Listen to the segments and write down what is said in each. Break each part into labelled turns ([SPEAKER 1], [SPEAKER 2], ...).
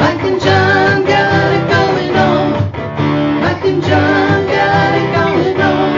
[SPEAKER 1] Mike and John got it going on. Mike and John got it going on.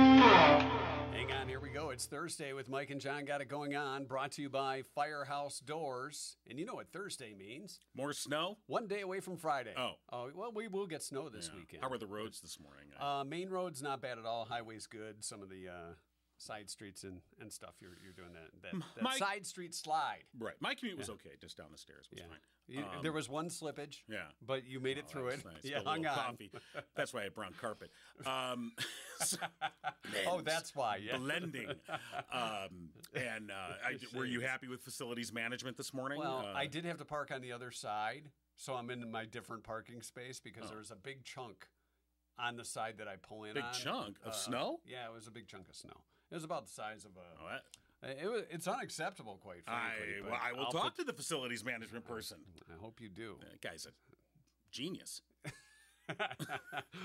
[SPEAKER 2] Hang on, here we go. It's Thursday with Mike and John. Got it going on. Brought to you by Firehouse Doors. And you know what Thursday means?
[SPEAKER 3] More snow?
[SPEAKER 2] One day away from Friday.
[SPEAKER 3] Oh.
[SPEAKER 2] well, we will get snow this
[SPEAKER 3] Yeah.
[SPEAKER 2] weekend.
[SPEAKER 3] How were the roads this morning? I-
[SPEAKER 2] uh, main roads not bad at all. Highways good. Some of the uh, side streets and, and stuff. You're you're doing that that, that
[SPEAKER 3] Mike-
[SPEAKER 2] side street slide.
[SPEAKER 3] right. My commute was okay, just down the stairs was
[SPEAKER 2] Yeah.
[SPEAKER 3] fine.
[SPEAKER 2] You-
[SPEAKER 3] Um,
[SPEAKER 2] there was one slippage.
[SPEAKER 3] Yeah.
[SPEAKER 2] But you made it
[SPEAKER 3] Oh,
[SPEAKER 2] through
[SPEAKER 3] that's
[SPEAKER 2] it.
[SPEAKER 3] nice.
[SPEAKER 2] Yeah,
[SPEAKER 3] Got a
[SPEAKER 2] hung
[SPEAKER 3] little
[SPEAKER 2] on.
[SPEAKER 3] coffee. That's why I had brown carpet. Um, so-
[SPEAKER 2] Oh,
[SPEAKER 3] blends.
[SPEAKER 2] that's why. Yeah.
[SPEAKER 3] blending. Um, and uh, I, were you happy with facilities management this morning?
[SPEAKER 2] Well,
[SPEAKER 3] Uh,
[SPEAKER 2] I did have to park on the other side, so I'm in my different parking space because there was a big chunk on the side that I pull in.
[SPEAKER 3] Oh. Big
[SPEAKER 2] on.
[SPEAKER 3] chunk of
[SPEAKER 2] Uh,
[SPEAKER 3] snow?
[SPEAKER 2] Yeah, it was a big chunk of snow. It was about the size of
[SPEAKER 3] Oh,
[SPEAKER 2] a.
[SPEAKER 3] that-
[SPEAKER 2] It was, it's unacceptable, quite
[SPEAKER 3] I,
[SPEAKER 2] frankly. but
[SPEAKER 3] well, I will
[SPEAKER 2] I'll
[SPEAKER 3] talk
[SPEAKER 2] put-
[SPEAKER 3] to the facilities management person.
[SPEAKER 2] I hope you do.
[SPEAKER 3] That guy's a genius.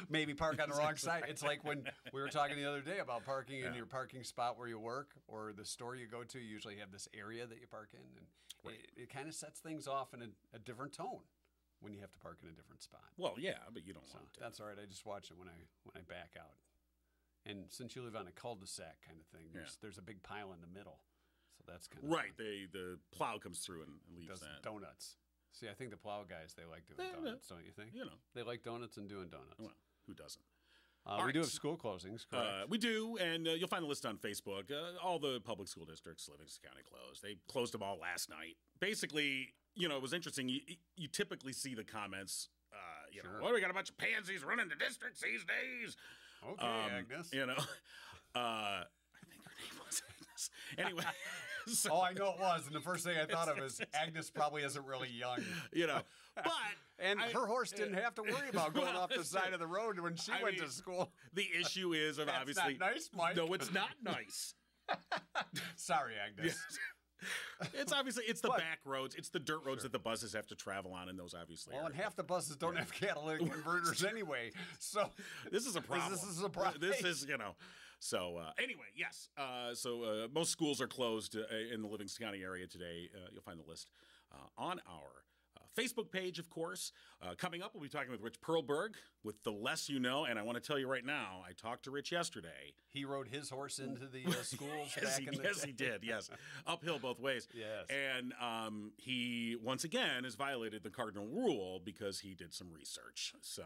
[SPEAKER 2] Maybe park on the wrong side. It's like when we were talking the other day about parking in your parking spot where you work or the store you go to. You usually have this area that you park in, and it, it kind of sets things off in a, a different tone when you have to park in a different spot.
[SPEAKER 3] Well, yeah, but you don't
[SPEAKER 2] So
[SPEAKER 3] want to.
[SPEAKER 2] that's all right. I just watch it when I when I back out. And since you live on a cul-de-sac kind of thing, there's, there's a big pile in the middle, so that's kind of
[SPEAKER 3] Right. They, the plow comes through and leaves
[SPEAKER 2] Does
[SPEAKER 3] that.
[SPEAKER 2] donuts? See, I think the plow guys they like doing
[SPEAKER 3] Eh, Yeah, but-
[SPEAKER 2] donuts, don't you think?
[SPEAKER 3] you know.
[SPEAKER 2] They like donuts and doing donuts.
[SPEAKER 3] Well, who doesn't?
[SPEAKER 2] Uh, we
[SPEAKER 3] All
[SPEAKER 2] do
[SPEAKER 3] right,
[SPEAKER 2] have
[SPEAKER 3] so-
[SPEAKER 2] school closings, correct?
[SPEAKER 3] Uh, we do, and uh, you'll find the list on Facebook. Uh, all the public school districts, Livingston County closed. They closed them all last night. Basically, you know, it was interesting. You, you typically see the comments, uh, you
[SPEAKER 2] Sure.
[SPEAKER 3] know, well, we got a bunch of pansies running the districts these days.
[SPEAKER 2] okay,
[SPEAKER 3] Um,
[SPEAKER 2] Agnes.
[SPEAKER 3] You know, uh, I think her name was Agnes. Anyway, so,
[SPEAKER 2] Oh, I know it was, and the first thing I thought of is Agnes probably isn't really young,
[SPEAKER 3] you know, but
[SPEAKER 2] and
[SPEAKER 3] I-
[SPEAKER 2] her horse didn't have to worry about going
[SPEAKER 3] Well,
[SPEAKER 2] off the
[SPEAKER 3] that's
[SPEAKER 2] side
[SPEAKER 3] true.
[SPEAKER 2] of the road when she
[SPEAKER 3] I
[SPEAKER 2] went
[SPEAKER 3] mean,
[SPEAKER 2] to school.
[SPEAKER 3] the issue is of
[SPEAKER 2] That's
[SPEAKER 3] obviously
[SPEAKER 2] not nice, Mike.
[SPEAKER 3] no, it's not nice.
[SPEAKER 2] Sorry, Agnes.
[SPEAKER 3] It's obviously it's the
[SPEAKER 2] But-
[SPEAKER 3] back roads, it's the dirt roads that the buses have to travel on, and those obviously.
[SPEAKER 2] Well,
[SPEAKER 3] are-
[SPEAKER 2] and half the buses don't have catalytic converters anyway, so
[SPEAKER 3] this is a problem.
[SPEAKER 2] This is a problem.
[SPEAKER 3] This is you know. So uh, anyway, yes. Uh, so uh, most schools are closed uh, in the Livingston County area today. Uh, you'll find the list uh, on our. uh, Facebook page, of course. Uh, coming up, we'll be talking with Rich Perlberg with The Less You Know. And I want to tell you right now, I talked to Rich yesterday.
[SPEAKER 2] he rode his horse into the uh, schools
[SPEAKER 3] yes,
[SPEAKER 2] back
[SPEAKER 3] he,
[SPEAKER 2] in the
[SPEAKER 3] yes,
[SPEAKER 2] day.
[SPEAKER 3] he did. Yes, uphill both ways.
[SPEAKER 2] Yes.
[SPEAKER 3] and um, he once again has violated the cardinal rule because he did some research. So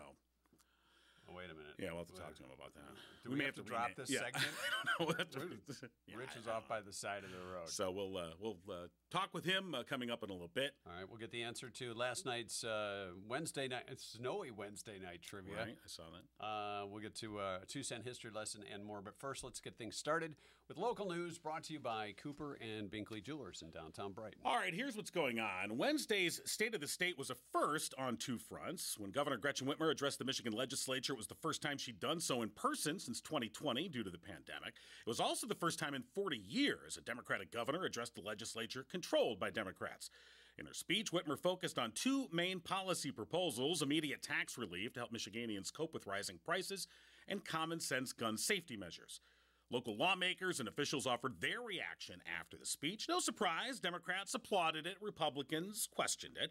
[SPEAKER 2] Oh, wait a minute.
[SPEAKER 3] yeah, we'll have to talk to him about that.
[SPEAKER 2] Do we have to drop
[SPEAKER 3] rename-
[SPEAKER 2] this
[SPEAKER 3] yeah.
[SPEAKER 2] segment?
[SPEAKER 3] I don't know. We'll have to- yeah,
[SPEAKER 2] Rich
[SPEAKER 3] I
[SPEAKER 2] is
[SPEAKER 3] don't
[SPEAKER 2] off
[SPEAKER 3] know.
[SPEAKER 2] by the side of the road.
[SPEAKER 3] So we'll uh, we'll uh, talk with him uh, coming up in a little bit.
[SPEAKER 2] All right, we'll get the answer to last night's uh, Wednesday night, snowy Wednesday night trivia.
[SPEAKER 3] Right, I saw that.
[SPEAKER 2] Uh, we'll get to uh, a two cent history lesson and more. But first, let's get things started with local news brought to you by Cooper and Binkley Jewelers in downtown Brighton.
[SPEAKER 3] All right, here's what's going on. Wednesday's State of the State was a first on two fronts. When Governor Gretchen Whitmer addressed the Michigan legislature, it was the first time she'd done so in person since 2020 due to the pandemic. It was also the first time in 40 years a Democratic governor addressed the legislature controlled by Democrats. In her speech, Whitmer focused on two main policy proposals immediate tax relief to help Michiganians cope with rising prices, and common sense gun safety measures. Local lawmakers and officials offered their reaction after the speech. No surprise, Democrats applauded it, Republicans questioned it.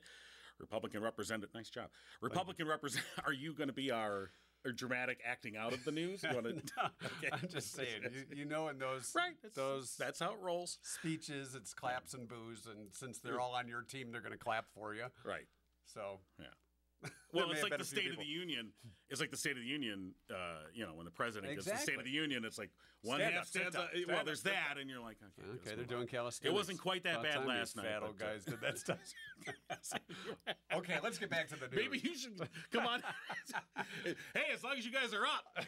[SPEAKER 3] Republican representative, nice job. Republican represent. Are you going to be our, our dramatic acting out of the news? You wanna- Okay.
[SPEAKER 2] I'm just saying, you, you know, in those
[SPEAKER 3] right? That's,
[SPEAKER 2] those
[SPEAKER 3] that's how it rolls.
[SPEAKER 2] speeches, it's claps and boos, and since they're all on your team, they're going to clap for you.
[SPEAKER 3] Right.
[SPEAKER 2] So
[SPEAKER 3] Yeah. Well,
[SPEAKER 2] may
[SPEAKER 3] it's
[SPEAKER 2] have
[SPEAKER 3] like
[SPEAKER 2] been
[SPEAKER 3] the
[SPEAKER 2] a few
[SPEAKER 3] State of the Union. It's like the State of the Union. Uh, you know, when the president gets the State
[SPEAKER 2] Exactly.
[SPEAKER 3] of the Union, it's like one
[SPEAKER 2] Stand
[SPEAKER 3] half
[SPEAKER 2] up, sit
[SPEAKER 3] stands
[SPEAKER 2] down,
[SPEAKER 3] up.
[SPEAKER 2] stand
[SPEAKER 3] well,
[SPEAKER 2] up,
[SPEAKER 3] there's
[SPEAKER 2] sit
[SPEAKER 3] that, and you're like, okay,
[SPEAKER 2] okay,
[SPEAKER 3] let's
[SPEAKER 2] they're
[SPEAKER 3] move
[SPEAKER 2] doing
[SPEAKER 3] on.
[SPEAKER 2] calisthenics.
[SPEAKER 3] wasn't quite that
[SPEAKER 2] About
[SPEAKER 3] bad
[SPEAKER 2] time you
[SPEAKER 3] last night,
[SPEAKER 2] Fat old
[SPEAKER 3] but, uh,
[SPEAKER 2] guys did that stuff. okay, let's get back to the news.
[SPEAKER 3] Maybe you should come on. hey, as long as you guys are up.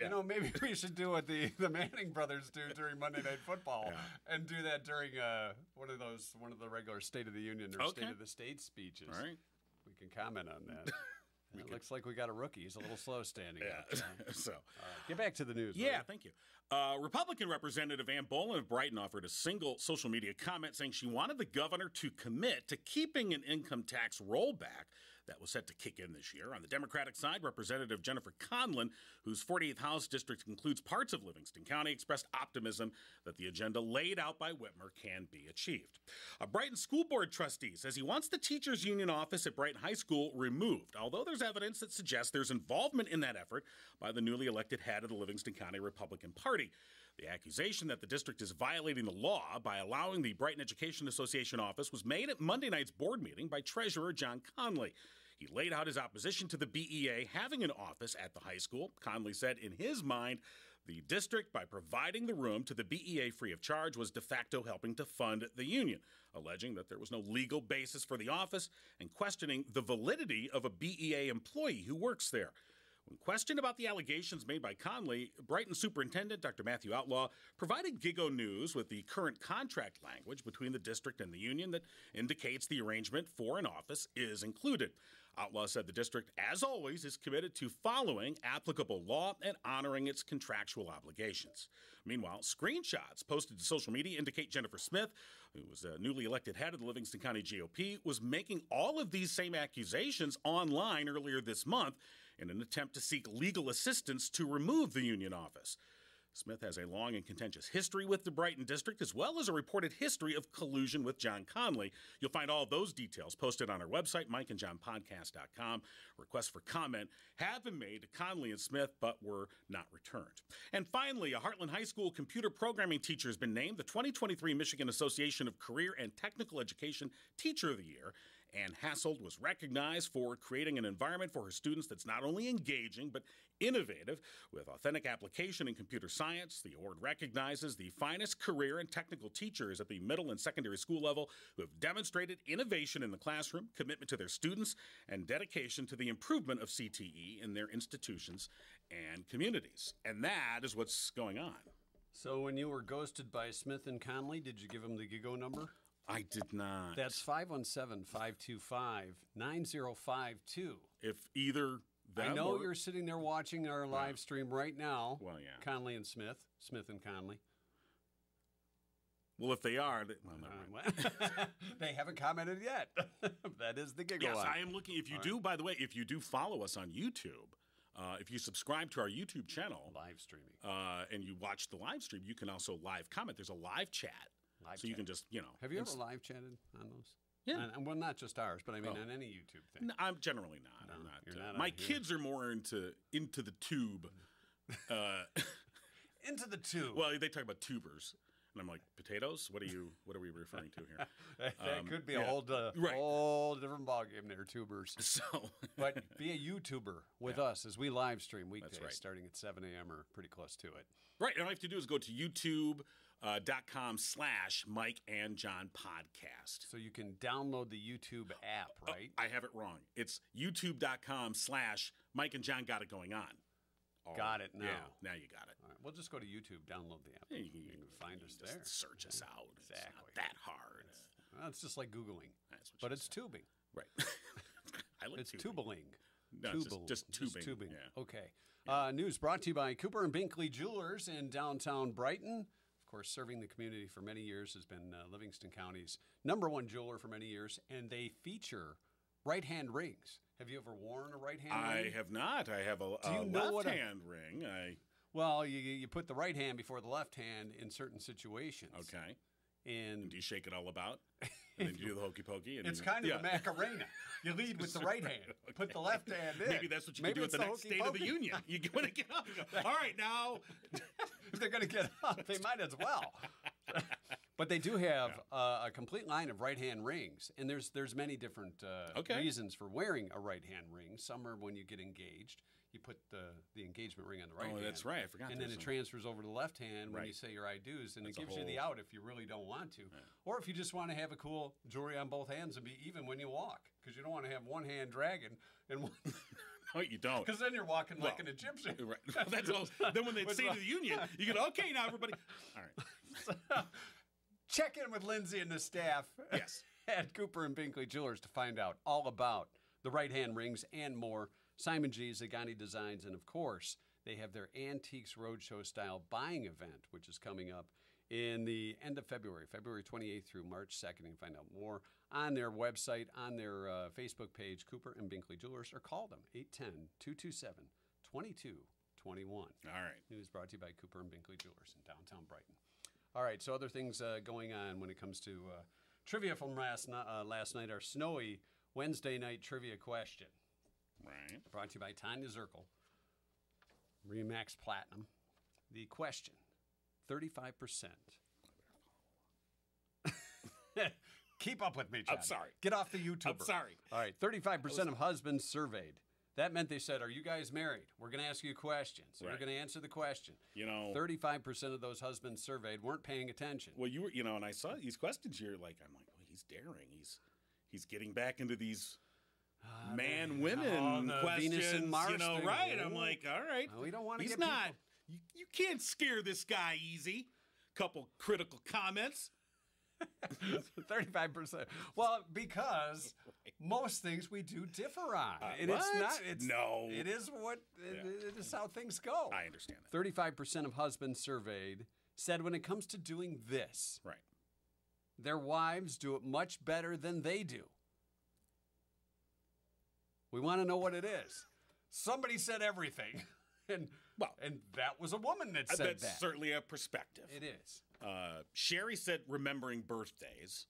[SPEAKER 2] You know, maybe we should do what the, the Manning brothers do during Monday Night Football, and do that during uh, one of those one of the regular State of the Union or
[SPEAKER 3] Okay.
[SPEAKER 2] State of the State speeches.
[SPEAKER 3] All right.
[SPEAKER 2] We can comment on that.
[SPEAKER 3] we
[SPEAKER 2] It
[SPEAKER 3] could.
[SPEAKER 2] looks like we got a rookie. He's a little slow standing up.
[SPEAKER 3] Yeah.
[SPEAKER 2] John.
[SPEAKER 3] so,
[SPEAKER 2] All right. Get back to the news. will
[SPEAKER 3] yeah,
[SPEAKER 2] you?
[SPEAKER 3] thank you. Uh, Republican Representative Ann Boland of Brighton offered a single social media comment saying she wanted the governor to commit to keeping an income tax rollback that was set to kick in this year. On the Democratic side, Representative Jennifer Conlin, whose 48th House district includes parts of Livingston County, expressed optimism that the agenda laid out by Whitmer can be achieved. A Brighton school board trustee says he wants the teachers union office at Brighton High School removed, although there's evidence that suggests there's involvement in that effort by the newly elected head of the Livingston County Republican Party. The accusation that the district is violating the law by allowing the Brighton Education Association office was made at Monday night's board meeting by Treasurer John Conley. He laid out his opposition to the BEA having an office at the high school. Conley said, in his mind, the district, by providing the room to the BEA free of charge, was de facto helping to fund the union, alleging that there was no legal basis for the office and questioning the validity of a BEA employee who works there. When questioned about the allegations made by Conley, Brighton Superintendent Dr. Matthew Outlaw provided Gigo News with the current contract language between the district and the union that indicates the arrangement for an office is included. Outlaw said the district, as always, is committed to following applicable law and honoring its contractual obligations. Meanwhile, screenshots posted to social media indicate Jennifer Smith, who was the newly elected head of the Livingston County GOP, was making all of these same accusations online earlier this month in an attempt to seek legal assistance to remove the union office. Smith has a long and contentious history with the Brighton district, as well as a reported history of collusion with John Conley. You'll find all those details posted on our website, mikeandjohnpodcast.com. Requests for comment have been made to Conley and Smith, but were not returned. And finally, a Heartland High School computer programming teacher has been named the 2023 Michigan Association of Career and Technical Education Teacher of the Year. Ann Hasselt was recognized for creating an environment for her students that's not only engaging but innovative with authentic application in computer science. The award recognizes the finest career and technical teachers at the middle and secondary school level who have demonstrated innovation in the classroom, commitment to their students, and dedication to the improvement of CTE in their institutions and communities. And that is what's going on.
[SPEAKER 2] So when you were ghosted by Smith and Conley, did you give him the Gigo number?
[SPEAKER 3] I did not.
[SPEAKER 2] That's 517-525-9052.
[SPEAKER 3] if either them
[SPEAKER 2] I know
[SPEAKER 3] or-
[SPEAKER 2] you're sitting there watching our live stream right now.
[SPEAKER 3] Well, yeah.
[SPEAKER 2] Conley and Smith, Smith and Conley.
[SPEAKER 3] Well, if they are, they, well, never
[SPEAKER 2] Uh,
[SPEAKER 3] mind.
[SPEAKER 2] well, they haven't commented yet. that is the Gigo
[SPEAKER 3] Yes,
[SPEAKER 2] line.
[SPEAKER 3] I am looking. If you do, by the way, if you do follow us on YouTube, uh, if you subscribe to our YouTube channel
[SPEAKER 2] live streaming.
[SPEAKER 3] uh, and you watch the live stream, you can also live comment. There's a live chat,
[SPEAKER 2] Live
[SPEAKER 3] so you
[SPEAKER 2] chat.
[SPEAKER 3] can just you know.
[SPEAKER 2] Have you ever
[SPEAKER 3] it's-
[SPEAKER 2] live chatted on those?
[SPEAKER 3] Yeah.
[SPEAKER 2] On- on- well, not just ours, but I mean
[SPEAKER 3] Oh.
[SPEAKER 2] on any YouTube thing.
[SPEAKER 3] N- I'm generally not. I'm
[SPEAKER 2] No,
[SPEAKER 3] not.
[SPEAKER 2] you're
[SPEAKER 3] uh,
[SPEAKER 2] not on
[SPEAKER 3] my
[SPEAKER 2] here.
[SPEAKER 3] kids are more into into the tube. uh,
[SPEAKER 2] Into the two.
[SPEAKER 3] well, they talk about tubers, and I'm like potatoes. What are you? What are we referring to here?
[SPEAKER 2] that that
[SPEAKER 3] um,
[SPEAKER 2] could be a
[SPEAKER 3] yeah.
[SPEAKER 2] whole, uh,
[SPEAKER 3] Right.
[SPEAKER 2] whole different ballgame there, tubers.
[SPEAKER 3] So
[SPEAKER 2] but be a YouTuber with us as we live stream weekdays
[SPEAKER 3] right.
[SPEAKER 2] starting at 7 a.m. or pretty close to it.
[SPEAKER 3] Right, and all you have to do is go to YouTube. Uh, dot com slash Mike and John podcast.
[SPEAKER 2] So you can download the YouTube app,
[SPEAKER 3] Oh,
[SPEAKER 2] right?
[SPEAKER 3] I have it wrong. It's youtube.com slash Mike and John got it going on. Oh,
[SPEAKER 2] Got it
[SPEAKER 3] Yeah,
[SPEAKER 2] now.
[SPEAKER 3] now you got it.
[SPEAKER 2] All right, we'll just go to YouTube, download the app.
[SPEAKER 3] Yeah,
[SPEAKER 2] You can find
[SPEAKER 3] you
[SPEAKER 2] us
[SPEAKER 3] just
[SPEAKER 2] there.
[SPEAKER 3] Search us out. It's
[SPEAKER 2] Exactly.
[SPEAKER 3] not that hard.
[SPEAKER 2] Well, it's just like Googling,
[SPEAKER 3] That's what
[SPEAKER 2] but
[SPEAKER 3] you
[SPEAKER 2] it's tubing.
[SPEAKER 3] said. right. I like
[SPEAKER 2] It's
[SPEAKER 3] tubing.
[SPEAKER 2] tubeling.
[SPEAKER 3] No, it's just- just tubing, yeah.
[SPEAKER 2] Okay. Uh, news brought to you by Cooper and Binkley Jewelers in downtown Brighton. Of course, serving the community for many years has been uh, Livingston County's number one jeweler for many years, and they feature right hand rings. Have you ever worn a right hand
[SPEAKER 3] I
[SPEAKER 2] ring?
[SPEAKER 3] have not. I have a,
[SPEAKER 2] Do you
[SPEAKER 3] a
[SPEAKER 2] know what
[SPEAKER 3] left
[SPEAKER 2] a-
[SPEAKER 3] hand ring. I
[SPEAKER 2] Well, you, you you put the right hand before the left hand in certain situations.
[SPEAKER 3] okay.
[SPEAKER 2] And
[SPEAKER 3] Do you shake it all about? And then you do the hokey pokey. And
[SPEAKER 2] it's
[SPEAKER 3] you-
[SPEAKER 2] kind of
[SPEAKER 3] yeah.
[SPEAKER 2] the Macarena. You lead with the right hand, put the left hand in.
[SPEAKER 3] Maybe that's what you
[SPEAKER 2] Maybe
[SPEAKER 3] can do at
[SPEAKER 2] it's
[SPEAKER 3] the, next State of the
[SPEAKER 2] hokey-pokey.
[SPEAKER 3] Union. You want to get up. and go, All right, now.
[SPEAKER 2] if they're going to get up, they might as well. but they do have uh, a complete line of right hand rings, and there's there's many different uh,
[SPEAKER 3] Okay.
[SPEAKER 2] reasons for wearing a right hand ring. Some are when you get engaged, you put the, the engagement ring on the right
[SPEAKER 3] oh,
[SPEAKER 2] hand.
[SPEAKER 3] that's right. I forgot.
[SPEAKER 2] And then
[SPEAKER 3] there's
[SPEAKER 2] it
[SPEAKER 3] a-
[SPEAKER 2] transfers over to the left hand when you
[SPEAKER 3] Right.
[SPEAKER 2] say your I do's, and
[SPEAKER 3] That's a
[SPEAKER 2] it gives you the
[SPEAKER 3] whole-
[SPEAKER 2] out if you really don't want to, or if you just want to have a cool jewelry on both hands and be even when you walk, because you don't want to have one hand dragging and one
[SPEAKER 3] Oh, you don't.
[SPEAKER 2] because then you're walking like an
[SPEAKER 3] Well,
[SPEAKER 2] Egyptian.
[SPEAKER 3] Right. Well, that's all. Then when they'd
[SPEAKER 2] With
[SPEAKER 3] say
[SPEAKER 2] the-
[SPEAKER 3] to the union, you go, okay, now everybody. All right.
[SPEAKER 2] Check in with Lindsay and the staff.
[SPEAKER 3] Yes.
[SPEAKER 2] at Cooper and Binkley Jewelers to find out all about the right hand rings and more. Simon G, Zagani Designs, and of course, they have their Antiques Roadshow style buying event, which is coming up in the end of February, February 28th through March 2nd. You can find out more on their website, on their uh, Facebook page, Cooper and Binkley Jewelers, or call them 810 227 2221.
[SPEAKER 3] All right.
[SPEAKER 2] News brought to you by Cooper and Binkley Jewelers in downtown Brighton. All right, so other things uh, going on when it comes to uh, trivia from last, ni- uh, last night, our snowy Wednesday night trivia question
[SPEAKER 3] Right.
[SPEAKER 2] brought to you by Tanya Zirkel, Remax Platinum. The question 35%. Keep up with me, John.
[SPEAKER 3] I'm sorry.
[SPEAKER 2] Get off the YouTuber.
[SPEAKER 3] I'm sorry.
[SPEAKER 2] All right, 35% of husbands surveyed. That meant they said, Are you guys married? We're going to ask you questions. You're
[SPEAKER 3] Right.
[SPEAKER 2] going to answer the question.
[SPEAKER 3] You know,
[SPEAKER 2] 35% of those husbands surveyed weren't paying attention.
[SPEAKER 3] well, you were, you know, and I saw these questions. You're like, I'm like, well, he's daring. He's, he's getting back into these
[SPEAKER 2] Ah,
[SPEAKER 3] man
[SPEAKER 2] the-
[SPEAKER 3] women
[SPEAKER 2] oh, the
[SPEAKER 3] questions.
[SPEAKER 2] Venus and Mars
[SPEAKER 3] you know,
[SPEAKER 2] thing.
[SPEAKER 3] right? I'm
[SPEAKER 2] Ooh.
[SPEAKER 3] like, all right.
[SPEAKER 2] Uh, we don't want to
[SPEAKER 3] he's
[SPEAKER 2] get
[SPEAKER 3] not.
[SPEAKER 2] people-
[SPEAKER 3] You, you can't scare this guy easy. Couple critical comments.
[SPEAKER 2] 35%. Well, because most things we do differ on.
[SPEAKER 3] Uh,
[SPEAKER 2] and it's
[SPEAKER 3] what?
[SPEAKER 2] not it's
[SPEAKER 3] No.
[SPEAKER 2] It is what it-
[SPEAKER 3] Yeah.
[SPEAKER 2] it is how things go.
[SPEAKER 3] I understand that.
[SPEAKER 2] 35% of husbands surveyed said when it comes to doing this,
[SPEAKER 3] Right.
[SPEAKER 2] their wives do it much better than they do. We want to know what it is. Somebody said everything. And
[SPEAKER 3] Well,
[SPEAKER 2] and that was a woman that
[SPEAKER 3] uh,
[SPEAKER 2] said
[SPEAKER 3] that's
[SPEAKER 2] that.
[SPEAKER 3] certainly a perspective.
[SPEAKER 2] it is.
[SPEAKER 3] Uh, Sherry said remembering birthdays,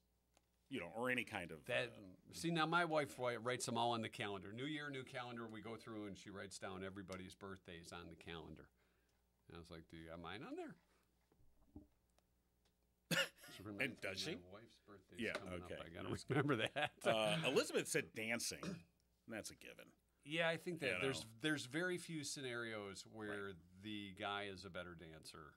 [SPEAKER 3] you know, or any kind of
[SPEAKER 2] That
[SPEAKER 3] uh,
[SPEAKER 2] see now my wife wi- writes them all on the calendar. New year, new calendar. We go through and she writes down everybody's birthdays on the calendar. And I was like, "Do you got mine on there?" She reminds me
[SPEAKER 3] does
[SPEAKER 2] my
[SPEAKER 3] she?
[SPEAKER 2] wife's birthday's
[SPEAKER 3] Yeah,
[SPEAKER 2] coming
[SPEAKER 3] okay.
[SPEAKER 2] Up. I gotta remember that.
[SPEAKER 3] Uh, Elizabeth said dancing. and That's a given.
[SPEAKER 2] yeah, I think that
[SPEAKER 3] you
[SPEAKER 2] there's
[SPEAKER 3] know.
[SPEAKER 2] there's very few scenarios where the guy is a better dancer.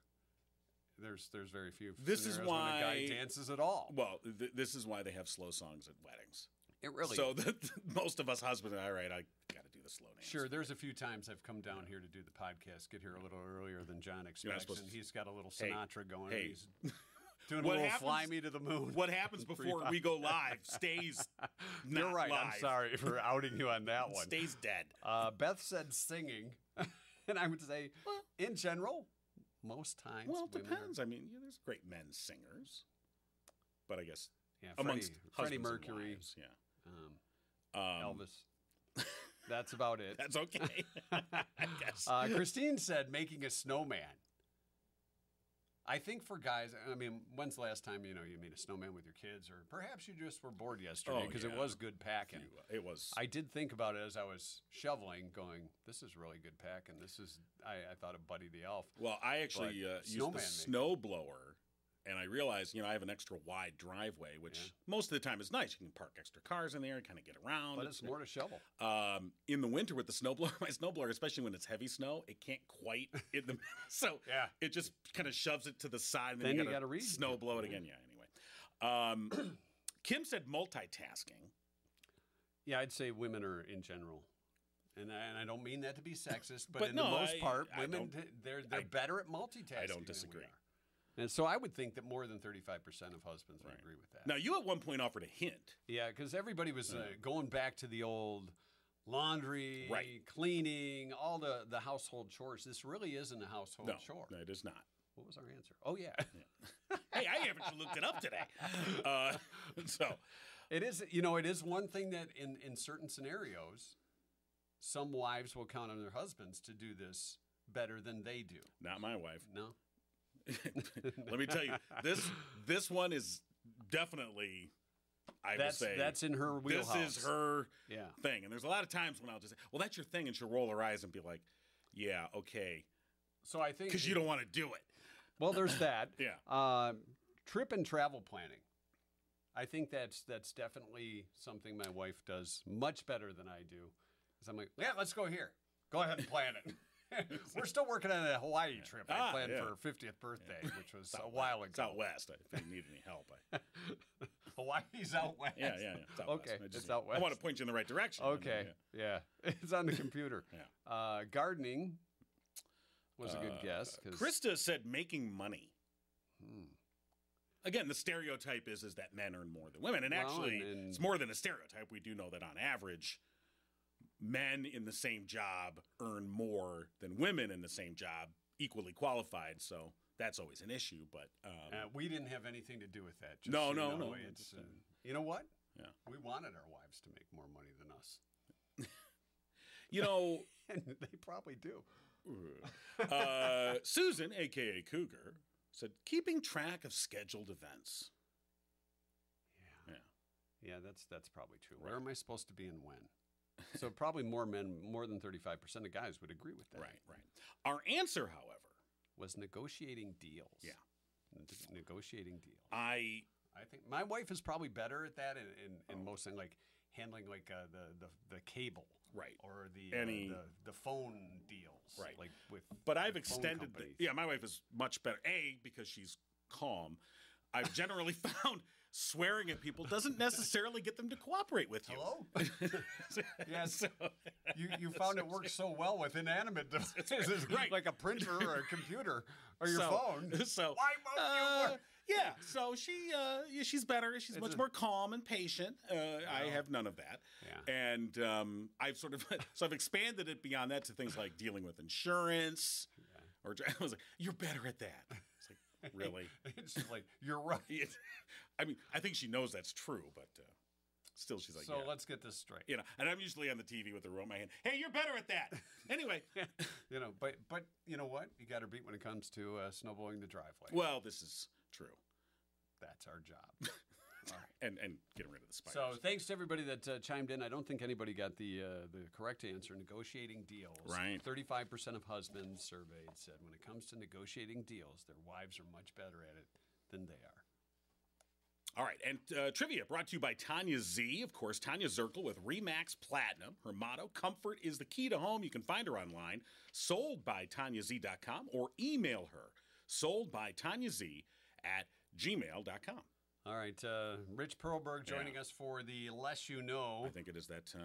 [SPEAKER 2] There's there's very few.
[SPEAKER 3] This is
[SPEAKER 2] scenarios when a guy
[SPEAKER 3] why-
[SPEAKER 2] dances at all.
[SPEAKER 3] Well, th- this is why they have slow songs at weddings.
[SPEAKER 2] It really
[SPEAKER 3] So the, most of us husbands, all right, I got to do the slow dance.
[SPEAKER 2] Sure, there's a few times I've come down here to do the podcast, get here a little earlier than John expects,
[SPEAKER 3] supposed
[SPEAKER 2] and
[SPEAKER 3] to-
[SPEAKER 2] he's got a little
[SPEAKER 3] Hey,
[SPEAKER 2] Sinatra going.
[SPEAKER 3] hey.
[SPEAKER 2] and he's doing
[SPEAKER 3] What
[SPEAKER 2] a little
[SPEAKER 3] happens-
[SPEAKER 2] "Fly Me to the Moon."
[SPEAKER 3] What happens
[SPEAKER 2] Free
[SPEAKER 3] before
[SPEAKER 2] pop.
[SPEAKER 3] we go live stays.
[SPEAKER 2] You're
[SPEAKER 3] not
[SPEAKER 2] right.
[SPEAKER 3] live.
[SPEAKER 2] I'm sorry for outing you on that one.
[SPEAKER 3] Stays dead.
[SPEAKER 2] Uh, Beth said singing, and I would say, in general, most times.
[SPEAKER 3] Well, it
[SPEAKER 2] women are-
[SPEAKER 3] depends. I mean, yeah, there's great men singers, but I guess
[SPEAKER 2] yeah,
[SPEAKER 3] amongst
[SPEAKER 2] Freddie, Freddie
[SPEAKER 3] husbands and
[SPEAKER 2] Mercury,
[SPEAKER 3] wives, yeah,
[SPEAKER 2] um,
[SPEAKER 3] Um,
[SPEAKER 2] Elvis. That's about it.
[SPEAKER 3] That's okay. I guess.
[SPEAKER 2] Uh, Christine said making a snowman. I think for guys, I mean, when's the last time you know you made a snowman with your kids, or perhaps you just were bored yesterday
[SPEAKER 3] Oh,
[SPEAKER 2] because
[SPEAKER 3] yeah.
[SPEAKER 2] it was good packing.
[SPEAKER 3] You, uh, it was.
[SPEAKER 2] I did think about it as I was shoveling, going, "This is really good packing." This is, I, I thought of Buddy the Elf.
[SPEAKER 3] Well, I actually uh, used
[SPEAKER 2] snowman
[SPEAKER 3] the
[SPEAKER 2] maker.
[SPEAKER 3] snow blower, and I realized, you know, I have an extra wide driveway, which
[SPEAKER 2] Yeah.
[SPEAKER 3] most of the time is nice. You can park extra cars in there and kind of get around.
[SPEAKER 2] But it's more to shovel.
[SPEAKER 3] um, in the winter with the snowblower. My snowblower, especially when it's heavy snow, it can't quite in the so
[SPEAKER 2] Yeah.
[SPEAKER 3] it just kind of shoves it to the side. And then,
[SPEAKER 2] Then
[SPEAKER 3] you
[SPEAKER 2] you
[SPEAKER 3] gotta,
[SPEAKER 2] gotta read. Mm-hmm.
[SPEAKER 3] snow blow it again. Yeah. Anyway, um, Kim said multitasking.
[SPEAKER 2] Yeah, I'd say women are in general, and I, and I don't mean that to be sexist, but,
[SPEAKER 3] But
[SPEAKER 2] in
[SPEAKER 3] no,
[SPEAKER 2] the most
[SPEAKER 3] I-
[SPEAKER 2] part,
[SPEAKER 3] I
[SPEAKER 2] women
[SPEAKER 3] don't-
[SPEAKER 2] t- they're they're
[SPEAKER 3] I-
[SPEAKER 2] better at multitasking. than we
[SPEAKER 3] disagree.
[SPEAKER 2] are. And so I would think that more than thirty five percent of husbands would
[SPEAKER 3] Right.
[SPEAKER 2] agree with that.
[SPEAKER 3] Now you at one point offered a hint.
[SPEAKER 2] Yeah, because everybody was uh,
[SPEAKER 3] Yeah.
[SPEAKER 2] going back to the old laundry,
[SPEAKER 3] Right.
[SPEAKER 2] cleaning, all the, the household chores. This really isn't a household
[SPEAKER 3] No,
[SPEAKER 2] chore.
[SPEAKER 3] no, it is not.
[SPEAKER 2] What was our answer? Oh, yeah.
[SPEAKER 3] hey, I haven't looked it up today. Uh, so
[SPEAKER 2] it is, you know, it is one thing that in, in certain scenarios, some wives will count on their husbands to do this better than they do.
[SPEAKER 3] not my wife.
[SPEAKER 2] No?
[SPEAKER 3] Let me tell you, this this one is definitely. I
[SPEAKER 2] that's,
[SPEAKER 3] would say
[SPEAKER 2] that's in her wheelhouse.
[SPEAKER 3] This is her
[SPEAKER 2] Yeah.
[SPEAKER 3] thing. And there's a lot of times when I'll just, well, that's your thing. And she'll roll her eyes and be like, yeah, okay.
[SPEAKER 2] So I think.
[SPEAKER 3] Because you don't want to do it.
[SPEAKER 2] Well, there's that.
[SPEAKER 3] Yeah.
[SPEAKER 2] Um, trip and travel planning. I think that's that's definitely something my wife does much better than I do. Because I'm like, yeah, let's go here. Go ahead and plan it. We're still working on a Hawaii trip I
[SPEAKER 3] Ah,
[SPEAKER 2] planned
[SPEAKER 3] yeah.
[SPEAKER 2] for her 50th birthday, which was a
[SPEAKER 3] Southwest-
[SPEAKER 2] while ago.
[SPEAKER 3] It's out west. If you need any help. I,
[SPEAKER 2] Hawaii's out west.
[SPEAKER 3] yeah, yeah, yeah. It's out
[SPEAKER 2] Okay,
[SPEAKER 3] west. I
[SPEAKER 2] it's out
[SPEAKER 3] I want to
[SPEAKER 2] west.
[SPEAKER 3] point you in the right direction. and then,
[SPEAKER 2] Okay. Yeah. It's on the computer.
[SPEAKER 3] Yeah.
[SPEAKER 2] Uh, gardening was a good
[SPEAKER 3] Uh,
[SPEAKER 2] guess.
[SPEAKER 3] yeah.
[SPEAKER 2] 'cause-
[SPEAKER 3] Krista said making money.
[SPEAKER 2] Hmm.
[SPEAKER 3] Again, the stereotype is is that men earn more than women, and
[SPEAKER 2] Well,
[SPEAKER 3] actually,
[SPEAKER 2] and-
[SPEAKER 3] it's more than a stereotype. We do know that on average, men in the same job earn more than women in the same job, equally qualified. So that's always an issue. But um,
[SPEAKER 2] Uh, we didn't have anything to do with that. Just
[SPEAKER 3] No,
[SPEAKER 2] so you
[SPEAKER 3] no,
[SPEAKER 2] know,
[SPEAKER 3] no,
[SPEAKER 2] It's,
[SPEAKER 3] it's,
[SPEAKER 2] uh,
[SPEAKER 3] uh,
[SPEAKER 2] you know what?
[SPEAKER 3] Yeah.
[SPEAKER 2] We wanted our wives to make more money than us,
[SPEAKER 3] you know,
[SPEAKER 2] and they probably do.
[SPEAKER 3] uh, Susan, aka Cougar, said keeping track of scheduled events.
[SPEAKER 2] Yeah.
[SPEAKER 3] Yeah.
[SPEAKER 2] Yeah, that's that's probably true. Where
[SPEAKER 3] Right.
[SPEAKER 2] am I supposed to be and when? So probably more men, more than thirty-five percent of guys would agree with that.
[SPEAKER 3] Right, right. Our answer, however,
[SPEAKER 2] Was negotiating deals.
[SPEAKER 3] Yeah.
[SPEAKER 2] N- negotiating deals.
[SPEAKER 3] I
[SPEAKER 2] I think my wife is probably better at that, in, in, in
[SPEAKER 3] Oh.
[SPEAKER 2] most things like handling like uh, the, the the cable
[SPEAKER 3] right.
[SPEAKER 2] or the, uh,
[SPEAKER 3] Any-
[SPEAKER 2] the the phone deals.
[SPEAKER 3] Right.
[SPEAKER 2] Like with.
[SPEAKER 3] But I've
[SPEAKER 2] with phone
[SPEAKER 3] extended. The,
[SPEAKER 2] companies.
[SPEAKER 3] yeah, my wife is much better. A because she's calm. I've generally found swearing at people doesn't necessarily get them to cooperate with you.
[SPEAKER 2] Hello. Yes.
[SPEAKER 3] So-
[SPEAKER 2] You, you found it works so well with inanimate devices,
[SPEAKER 3] right.
[SPEAKER 2] like a printer or a computer or your
[SPEAKER 3] so-
[SPEAKER 2] phone.
[SPEAKER 3] So
[SPEAKER 2] Why won't you
[SPEAKER 3] uh,
[SPEAKER 2] work?
[SPEAKER 3] yeah, so she uh, yeah, she's better. She's
[SPEAKER 2] It's
[SPEAKER 3] much
[SPEAKER 2] a-
[SPEAKER 3] more calm and patient. Uh, I
[SPEAKER 2] Well,
[SPEAKER 3] have none of that.
[SPEAKER 2] Yeah.
[SPEAKER 3] and um, I've sort of so I've expanded it beyond that to things like dealing with insurance, or I was like, "You're better at that." It's like, really?
[SPEAKER 2] It's just like, you're right.
[SPEAKER 3] It- I mean, I think she knows that's true, but uh, still, she's like,
[SPEAKER 2] so
[SPEAKER 3] yeah.
[SPEAKER 2] let's get this straight.
[SPEAKER 3] you know, and I'm usually on the TV with a rope in my hand. Hey, you're better at that. Anyway,
[SPEAKER 2] You know, but but you know what? You got to beat when it comes to uh, snowblowing the driveway.
[SPEAKER 3] well, this is true,
[SPEAKER 2] That's our job. All right.
[SPEAKER 3] and and getting rid of the spiders.
[SPEAKER 2] So thanks to everybody that uh, chimed in. I don't think anybody got the uh, the correct answer. Negotiating deals.
[SPEAKER 3] Right.
[SPEAKER 2] Thirty five percent of husbands surveyed said when it comes to negotiating deals, their wives are much better at it than they are.
[SPEAKER 3] All right, and uh, trivia brought to you by Tanya Z. Of course, Tanya Zirkel with Remax Platinum. Her motto, comfort is the key to home. You can find her online, sold by TanyaZ.com, or email her, sold by TanyaZ at gmail.com.
[SPEAKER 2] All right, uh, Rich Perlberg joining
[SPEAKER 3] Yeah.
[SPEAKER 2] us for the less you know.
[SPEAKER 3] I think it is that time.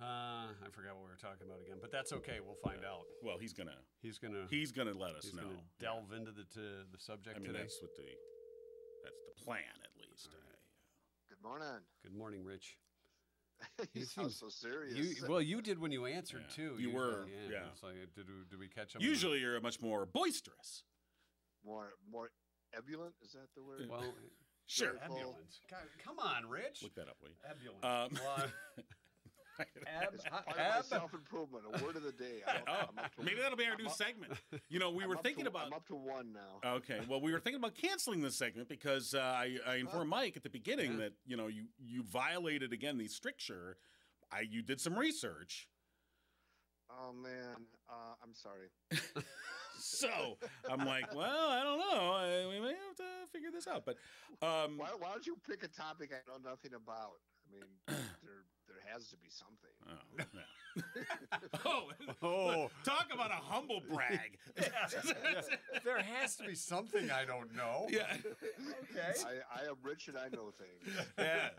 [SPEAKER 2] Uh, I forgot what we were talking about again, but that's okay. We'll find out.
[SPEAKER 3] Well, he's gonna
[SPEAKER 2] He's gonna
[SPEAKER 3] he's gonna let us
[SPEAKER 2] he's
[SPEAKER 3] know.
[SPEAKER 2] gonna delve into the to the subject
[SPEAKER 3] I mean,
[SPEAKER 2] today.
[SPEAKER 3] that's what the that's the plan at least.
[SPEAKER 4] Good morning.
[SPEAKER 2] Good morning, Rich.
[SPEAKER 4] you sound so
[SPEAKER 2] You,
[SPEAKER 4] serious.
[SPEAKER 2] well, you did when you answered
[SPEAKER 3] Yeah.
[SPEAKER 2] too.
[SPEAKER 3] You were, yeah.
[SPEAKER 2] It's like, did we, did we catch
[SPEAKER 3] Uh,
[SPEAKER 2] up?
[SPEAKER 3] usually, you're much more boisterous.
[SPEAKER 4] more more ebullient, is that the word?
[SPEAKER 2] well,
[SPEAKER 3] Sure,
[SPEAKER 4] Yeah.
[SPEAKER 2] ambulance. God, come on, Rich.
[SPEAKER 3] look that up, will you?
[SPEAKER 2] Ambulance.
[SPEAKER 3] Um,
[SPEAKER 2] Well, uh, ab,
[SPEAKER 4] It's
[SPEAKER 2] ab,
[SPEAKER 4] part of my self improvement, a word of the day. I don't-
[SPEAKER 3] Oh,
[SPEAKER 4] I'm up to-
[SPEAKER 3] maybe that'll be our
[SPEAKER 4] I'm
[SPEAKER 3] new
[SPEAKER 4] up-
[SPEAKER 3] segment. You know, we
[SPEAKER 4] I'm
[SPEAKER 3] were
[SPEAKER 4] up
[SPEAKER 3] thinking
[SPEAKER 4] to,
[SPEAKER 3] about
[SPEAKER 4] I'm up to one now.
[SPEAKER 3] Okay. Well, we were thinking about canceling this segment because uh, I, I informed Mike at the beginning
[SPEAKER 2] Yeah.
[SPEAKER 3] that you know you you violated again the stricture. I you did some research,
[SPEAKER 4] oh man, uh, I'm sorry.
[SPEAKER 3] so I'm like, well, I don't know. I, we may have to figure this out. But um,
[SPEAKER 4] Why, why don't you pick a topic I know nothing about? I mean, there there has to be something.
[SPEAKER 3] oh, yeah. oh,
[SPEAKER 2] Oh.
[SPEAKER 3] talk about a humble brag.
[SPEAKER 2] Yeah, there has to be something I don't know.
[SPEAKER 3] yeah.
[SPEAKER 2] Okay.
[SPEAKER 4] I, I am rich and I know things.
[SPEAKER 3] Yes.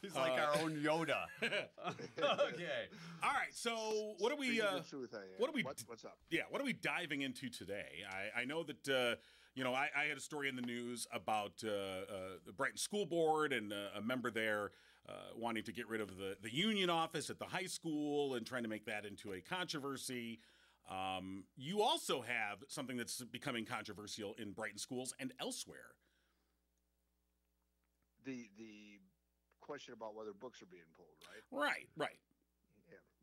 [SPEAKER 2] He's like
[SPEAKER 3] Uh,
[SPEAKER 2] our own Yoda. okay.
[SPEAKER 3] All right. So what are we?
[SPEAKER 4] Speaking the
[SPEAKER 3] Uh,
[SPEAKER 4] truth, I am.
[SPEAKER 3] what do we d-
[SPEAKER 4] what's up?
[SPEAKER 3] Yeah, what are we diving into today? I, I know that uh, you know I, I had a story in the news about uh, uh, the Brighton School Board and uh, a member there uh, wanting to get rid of the the union office at the high school and trying to make that into a controversy. Um, you also have something that's becoming controversial in Brighton schools and elsewhere.
[SPEAKER 4] The the question about whether books are being pulled, right?
[SPEAKER 3] Right, right.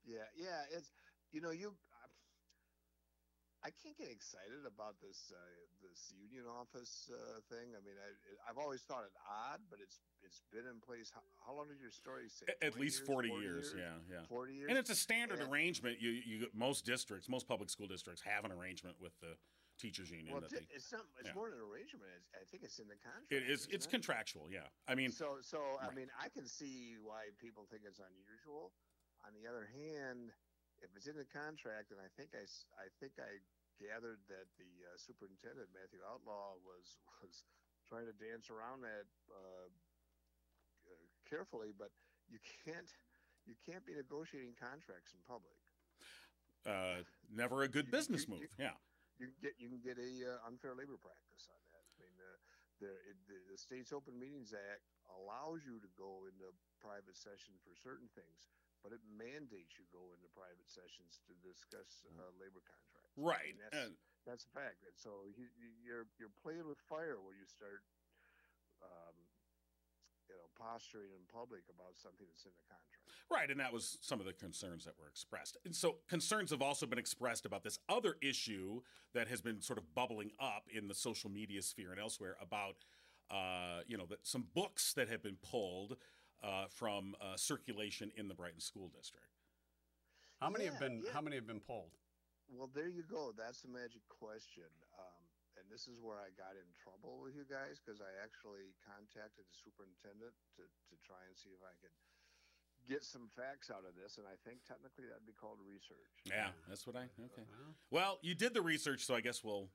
[SPEAKER 4] Yeah, yeah, yeah. It's you know you, I, I can't get excited about this uh, this union office uh, thing. I mean, I I've always thought it odd, but it's it's been in place. How, how long did your story say?
[SPEAKER 3] A- At
[SPEAKER 4] 20
[SPEAKER 3] least forty, years. Yeah, yeah.
[SPEAKER 4] Forty years.
[SPEAKER 3] And it's a standard
[SPEAKER 4] Yeah.
[SPEAKER 3] arrangement. You, you most districts, most public school districts have an arrangement with the teachers union.
[SPEAKER 4] well,
[SPEAKER 3] that
[SPEAKER 4] it's,
[SPEAKER 3] they,
[SPEAKER 4] it's not. It's
[SPEAKER 3] yeah.
[SPEAKER 4] more than an arrangement. It's, I think it's in the contract.
[SPEAKER 3] It is.
[SPEAKER 4] isn't
[SPEAKER 3] It's
[SPEAKER 4] it?
[SPEAKER 3] contractual. Yeah. I mean,
[SPEAKER 4] so so
[SPEAKER 3] right.
[SPEAKER 4] I mean, I can see why people think it's unusual. On the other hand, if it's in the contract, and I think I s- I think I gathered that the uh, superintendent Matthew Outlaw was was trying to dance around that uh, uh, carefully, but you can't you can't be negotiating contracts in public.
[SPEAKER 3] uh, never a good
[SPEAKER 4] You-
[SPEAKER 3] business
[SPEAKER 4] you-
[SPEAKER 3] move.
[SPEAKER 4] you-
[SPEAKER 3] Yeah.
[SPEAKER 4] you can get you can get a uh, unfair labor practice on that. I mean, uh, the, it, the the state's Open Meetings Act allows you to go into private session for certain things, but it mandates you go into private sessions to discuss uh, labor contracts.
[SPEAKER 3] Mm-hmm. Right.
[SPEAKER 4] And that's,
[SPEAKER 3] And,
[SPEAKER 4] that's a fact. And so you, you- you're you're playing with fire when you start, um, you know, posturing in public about something that's in the contract.
[SPEAKER 3] right. And that was some of the concerns that were expressed. And so concerns have also been expressed about this other issue that has been sort of bubbling up in the social media sphere and elsewhere about, uh, you know, that some books that have been pulled uh, from uh, circulation in the Brighton School District.
[SPEAKER 2] How many have
[SPEAKER 4] Yeah,
[SPEAKER 2] been?
[SPEAKER 4] yeah.
[SPEAKER 2] How many have been pulled?
[SPEAKER 4] Well, there you go. That's the magic question. Um, and this is where I got in trouble with you guys because I actually contacted the superintendent to, to try and see if I could get some facts out of this. And I think technically that'd be called research.
[SPEAKER 3] Yeah, that's what I. Okay.
[SPEAKER 2] Well,
[SPEAKER 3] Well, you did the research, so I guess we'll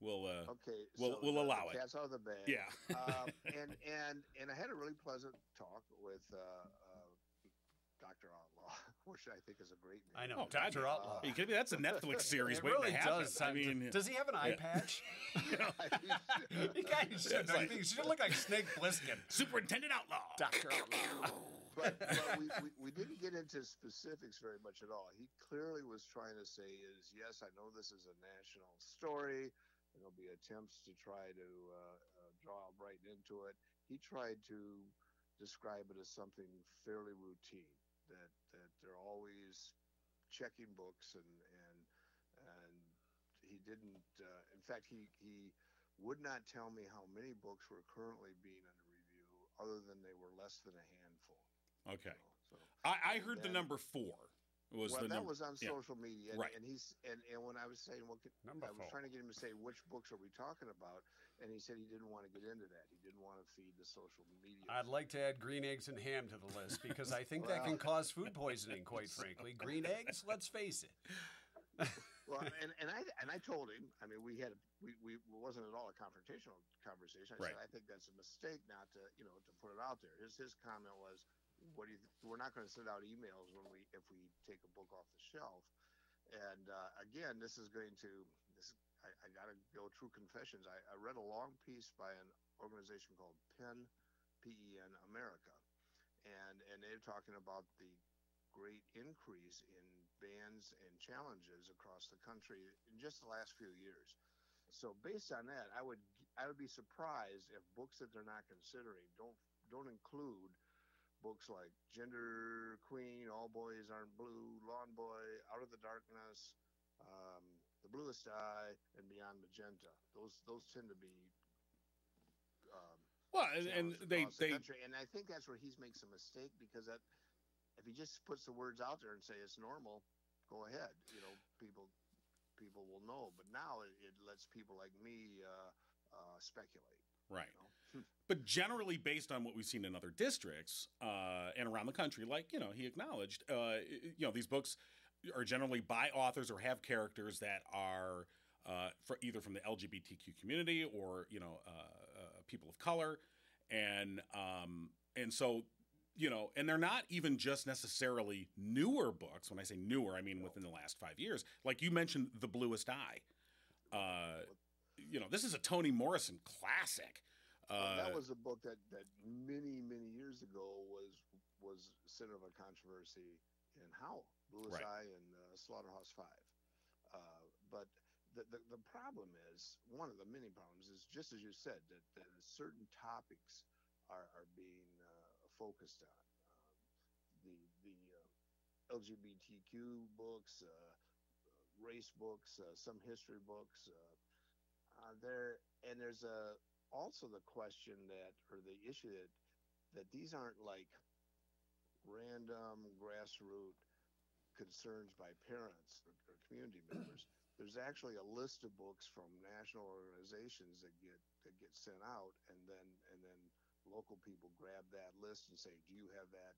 [SPEAKER 3] we'll uh,
[SPEAKER 4] Okay.
[SPEAKER 3] We'll- we'll
[SPEAKER 4] the- the
[SPEAKER 3] allow it.
[SPEAKER 4] Cat's out of the bag.
[SPEAKER 3] yeah.
[SPEAKER 4] um, and and and I had a really pleasant talk with uh, uh, Dr. Outlaw, which I think is a great name.
[SPEAKER 2] I know.
[SPEAKER 3] Oh, God,
[SPEAKER 2] Doctor Outlaw.
[SPEAKER 3] Are you kidding me? That's a Netflix series
[SPEAKER 2] It
[SPEAKER 3] waiting
[SPEAKER 2] really
[SPEAKER 3] to happen.
[SPEAKER 2] does.
[SPEAKER 3] I
[SPEAKER 2] sound-
[SPEAKER 3] mean,
[SPEAKER 2] does he have an eye
[SPEAKER 3] yeah.
[SPEAKER 2] patch?
[SPEAKER 4] I-
[SPEAKER 2] He kind of should. don't
[SPEAKER 3] It's
[SPEAKER 2] you
[SPEAKER 3] like-
[SPEAKER 2] think? He should look like Snake Plissken.
[SPEAKER 3] Superintendent Outlaw.
[SPEAKER 2] Doctor Outlaw.
[SPEAKER 4] but, but we, we, we didn't get into specifics very much at all. He clearly was trying to say is yes, I know this is a national story. There'll be attempts to try to uh, uh, draw right into it. He tried to describe it as something fairly routine that that they're always checking books and and and he didn't. Uh, in fact, he he would not tell me how many books were currently being under review, other than they were less than a handful.
[SPEAKER 3] Okay.
[SPEAKER 4] So,
[SPEAKER 3] I, I heard the
[SPEAKER 4] Then-
[SPEAKER 3] number four was
[SPEAKER 4] well,
[SPEAKER 3] the
[SPEAKER 4] that
[SPEAKER 3] number.
[SPEAKER 4] was on
[SPEAKER 3] yeah.
[SPEAKER 4] social media, and,
[SPEAKER 3] Right.
[SPEAKER 4] and he's and, and when I was saying, well, could-
[SPEAKER 2] Number
[SPEAKER 4] I
[SPEAKER 2] four.
[SPEAKER 4] was trying to get him to say which books are we talking about, and he said he didn't want to get into that. He didn't want to feed the social media.
[SPEAKER 2] I'd like to add green eggs and ham to the list because I think that can
[SPEAKER 4] Well-
[SPEAKER 2] cause food poisoning. Quite frankly, green eggs. Let's face it.
[SPEAKER 4] well, and, and I and I told him. I mean, we had a, we, we it wasn't at all a confrontational conversation. I
[SPEAKER 3] Right.
[SPEAKER 4] said I think that's a mistake not to you know to put it out there. His his comment was, "What do you? Th- we're not going to send out emails when we if we take a book off the shelf." And uh, again, this is going to this. I, I got to go true confessions. I, I read a long piece by an organization called PEN, PEN America, and and they're talking about the great increase in bans and challenges across the country in just the last few years. So based on that, I would I would be surprised if books that they're not considering don't don't include books like Gender Queen, All Boys Aren't Blue, Lawn Boy, Out of the Darkness, um, The Bluest Eye, and Beyond Magenta. Those those tend to be um,
[SPEAKER 3] Well, and, and
[SPEAKER 4] challenged
[SPEAKER 3] they
[SPEAKER 4] across the
[SPEAKER 3] they
[SPEAKER 4] country. and I think that's where he's makes a mistake because that if he just puts the words out there and say it's normal, go ahead. You know, people people will know. But now it, it lets people like me uh, uh, speculate.
[SPEAKER 3] right.
[SPEAKER 4] You know?
[SPEAKER 3] But generally, based on what we've seen in other districts uh, and around the country, like you know, he acknowledged, uh, y- you know, these books are generally by authors or have characters that are uh, fr either from the LGBTQ community or you know, uh, uh, people of color, and um, and so you know, and they're not even just necessarily newer books. When I say newer, I mean
[SPEAKER 4] No.
[SPEAKER 3] within the last five years. Like you mentioned, The Bluest Eye. Uh, you know, this is a Toni Morrison classic.
[SPEAKER 4] Well,
[SPEAKER 3] Uh,
[SPEAKER 4] Oh, that was a book that, that many many years ago was was center of a controversy in Howell, Blue's
[SPEAKER 3] Right.
[SPEAKER 4] Eye, and uh, Slaughterhouse Five. Uh, but the, the the problem is one of the many problems is just as you said that, that certain topics are are being uh, focused on um, the the uh, LGBTQ books, uh, race books, uh, some history books. Uh, uh, there and there's a also the question that or the issue that that these aren't like random grassroots concerns by parents or, or community members. There's actually a list of books from national organizations that get that get sent out, and then and then local people grab that list and say, "Do you have that,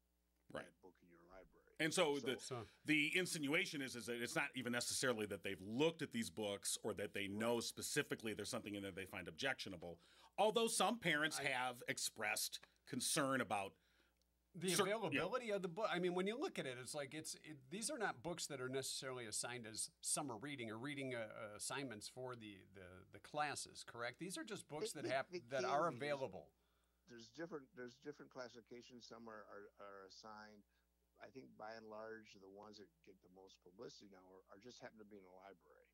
[SPEAKER 3] Right.
[SPEAKER 4] that book in your library?"
[SPEAKER 3] And so, the
[SPEAKER 4] So-
[SPEAKER 2] So
[SPEAKER 3] the insinuation is is that it's not even necessarily that they've looked at these books or that they know specifically there's something in there they find objectionable. Although some parents
[SPEAKER 2] I-
[SPEAKER 3] have expressed concern about
[SPEAKER 2] the
[SPEAKER 3] Sir- yeah.
[SPEAKER 2] availability of the book. I mean, when you look at it, it's like it's it, these are not books that are necessarily assigned as summer reading or reading uh, uh, assignments for the, the the classes. Correct? These are just books that
[SPEAKER 4] they-
[SPEAKER 2] have
[SPEAKER 4] they
[SPEAKER 2] that
[SPEAKER 4] can
[SPEAKER 2] are
[SPEAKER 4] be used.
[SPEAKER 2] available.
[SPEAKER 4] there's different there's different classifications. Some are, are, are assigned I think by and large, the ones that get the most publicity now are, are just happen to be in a library.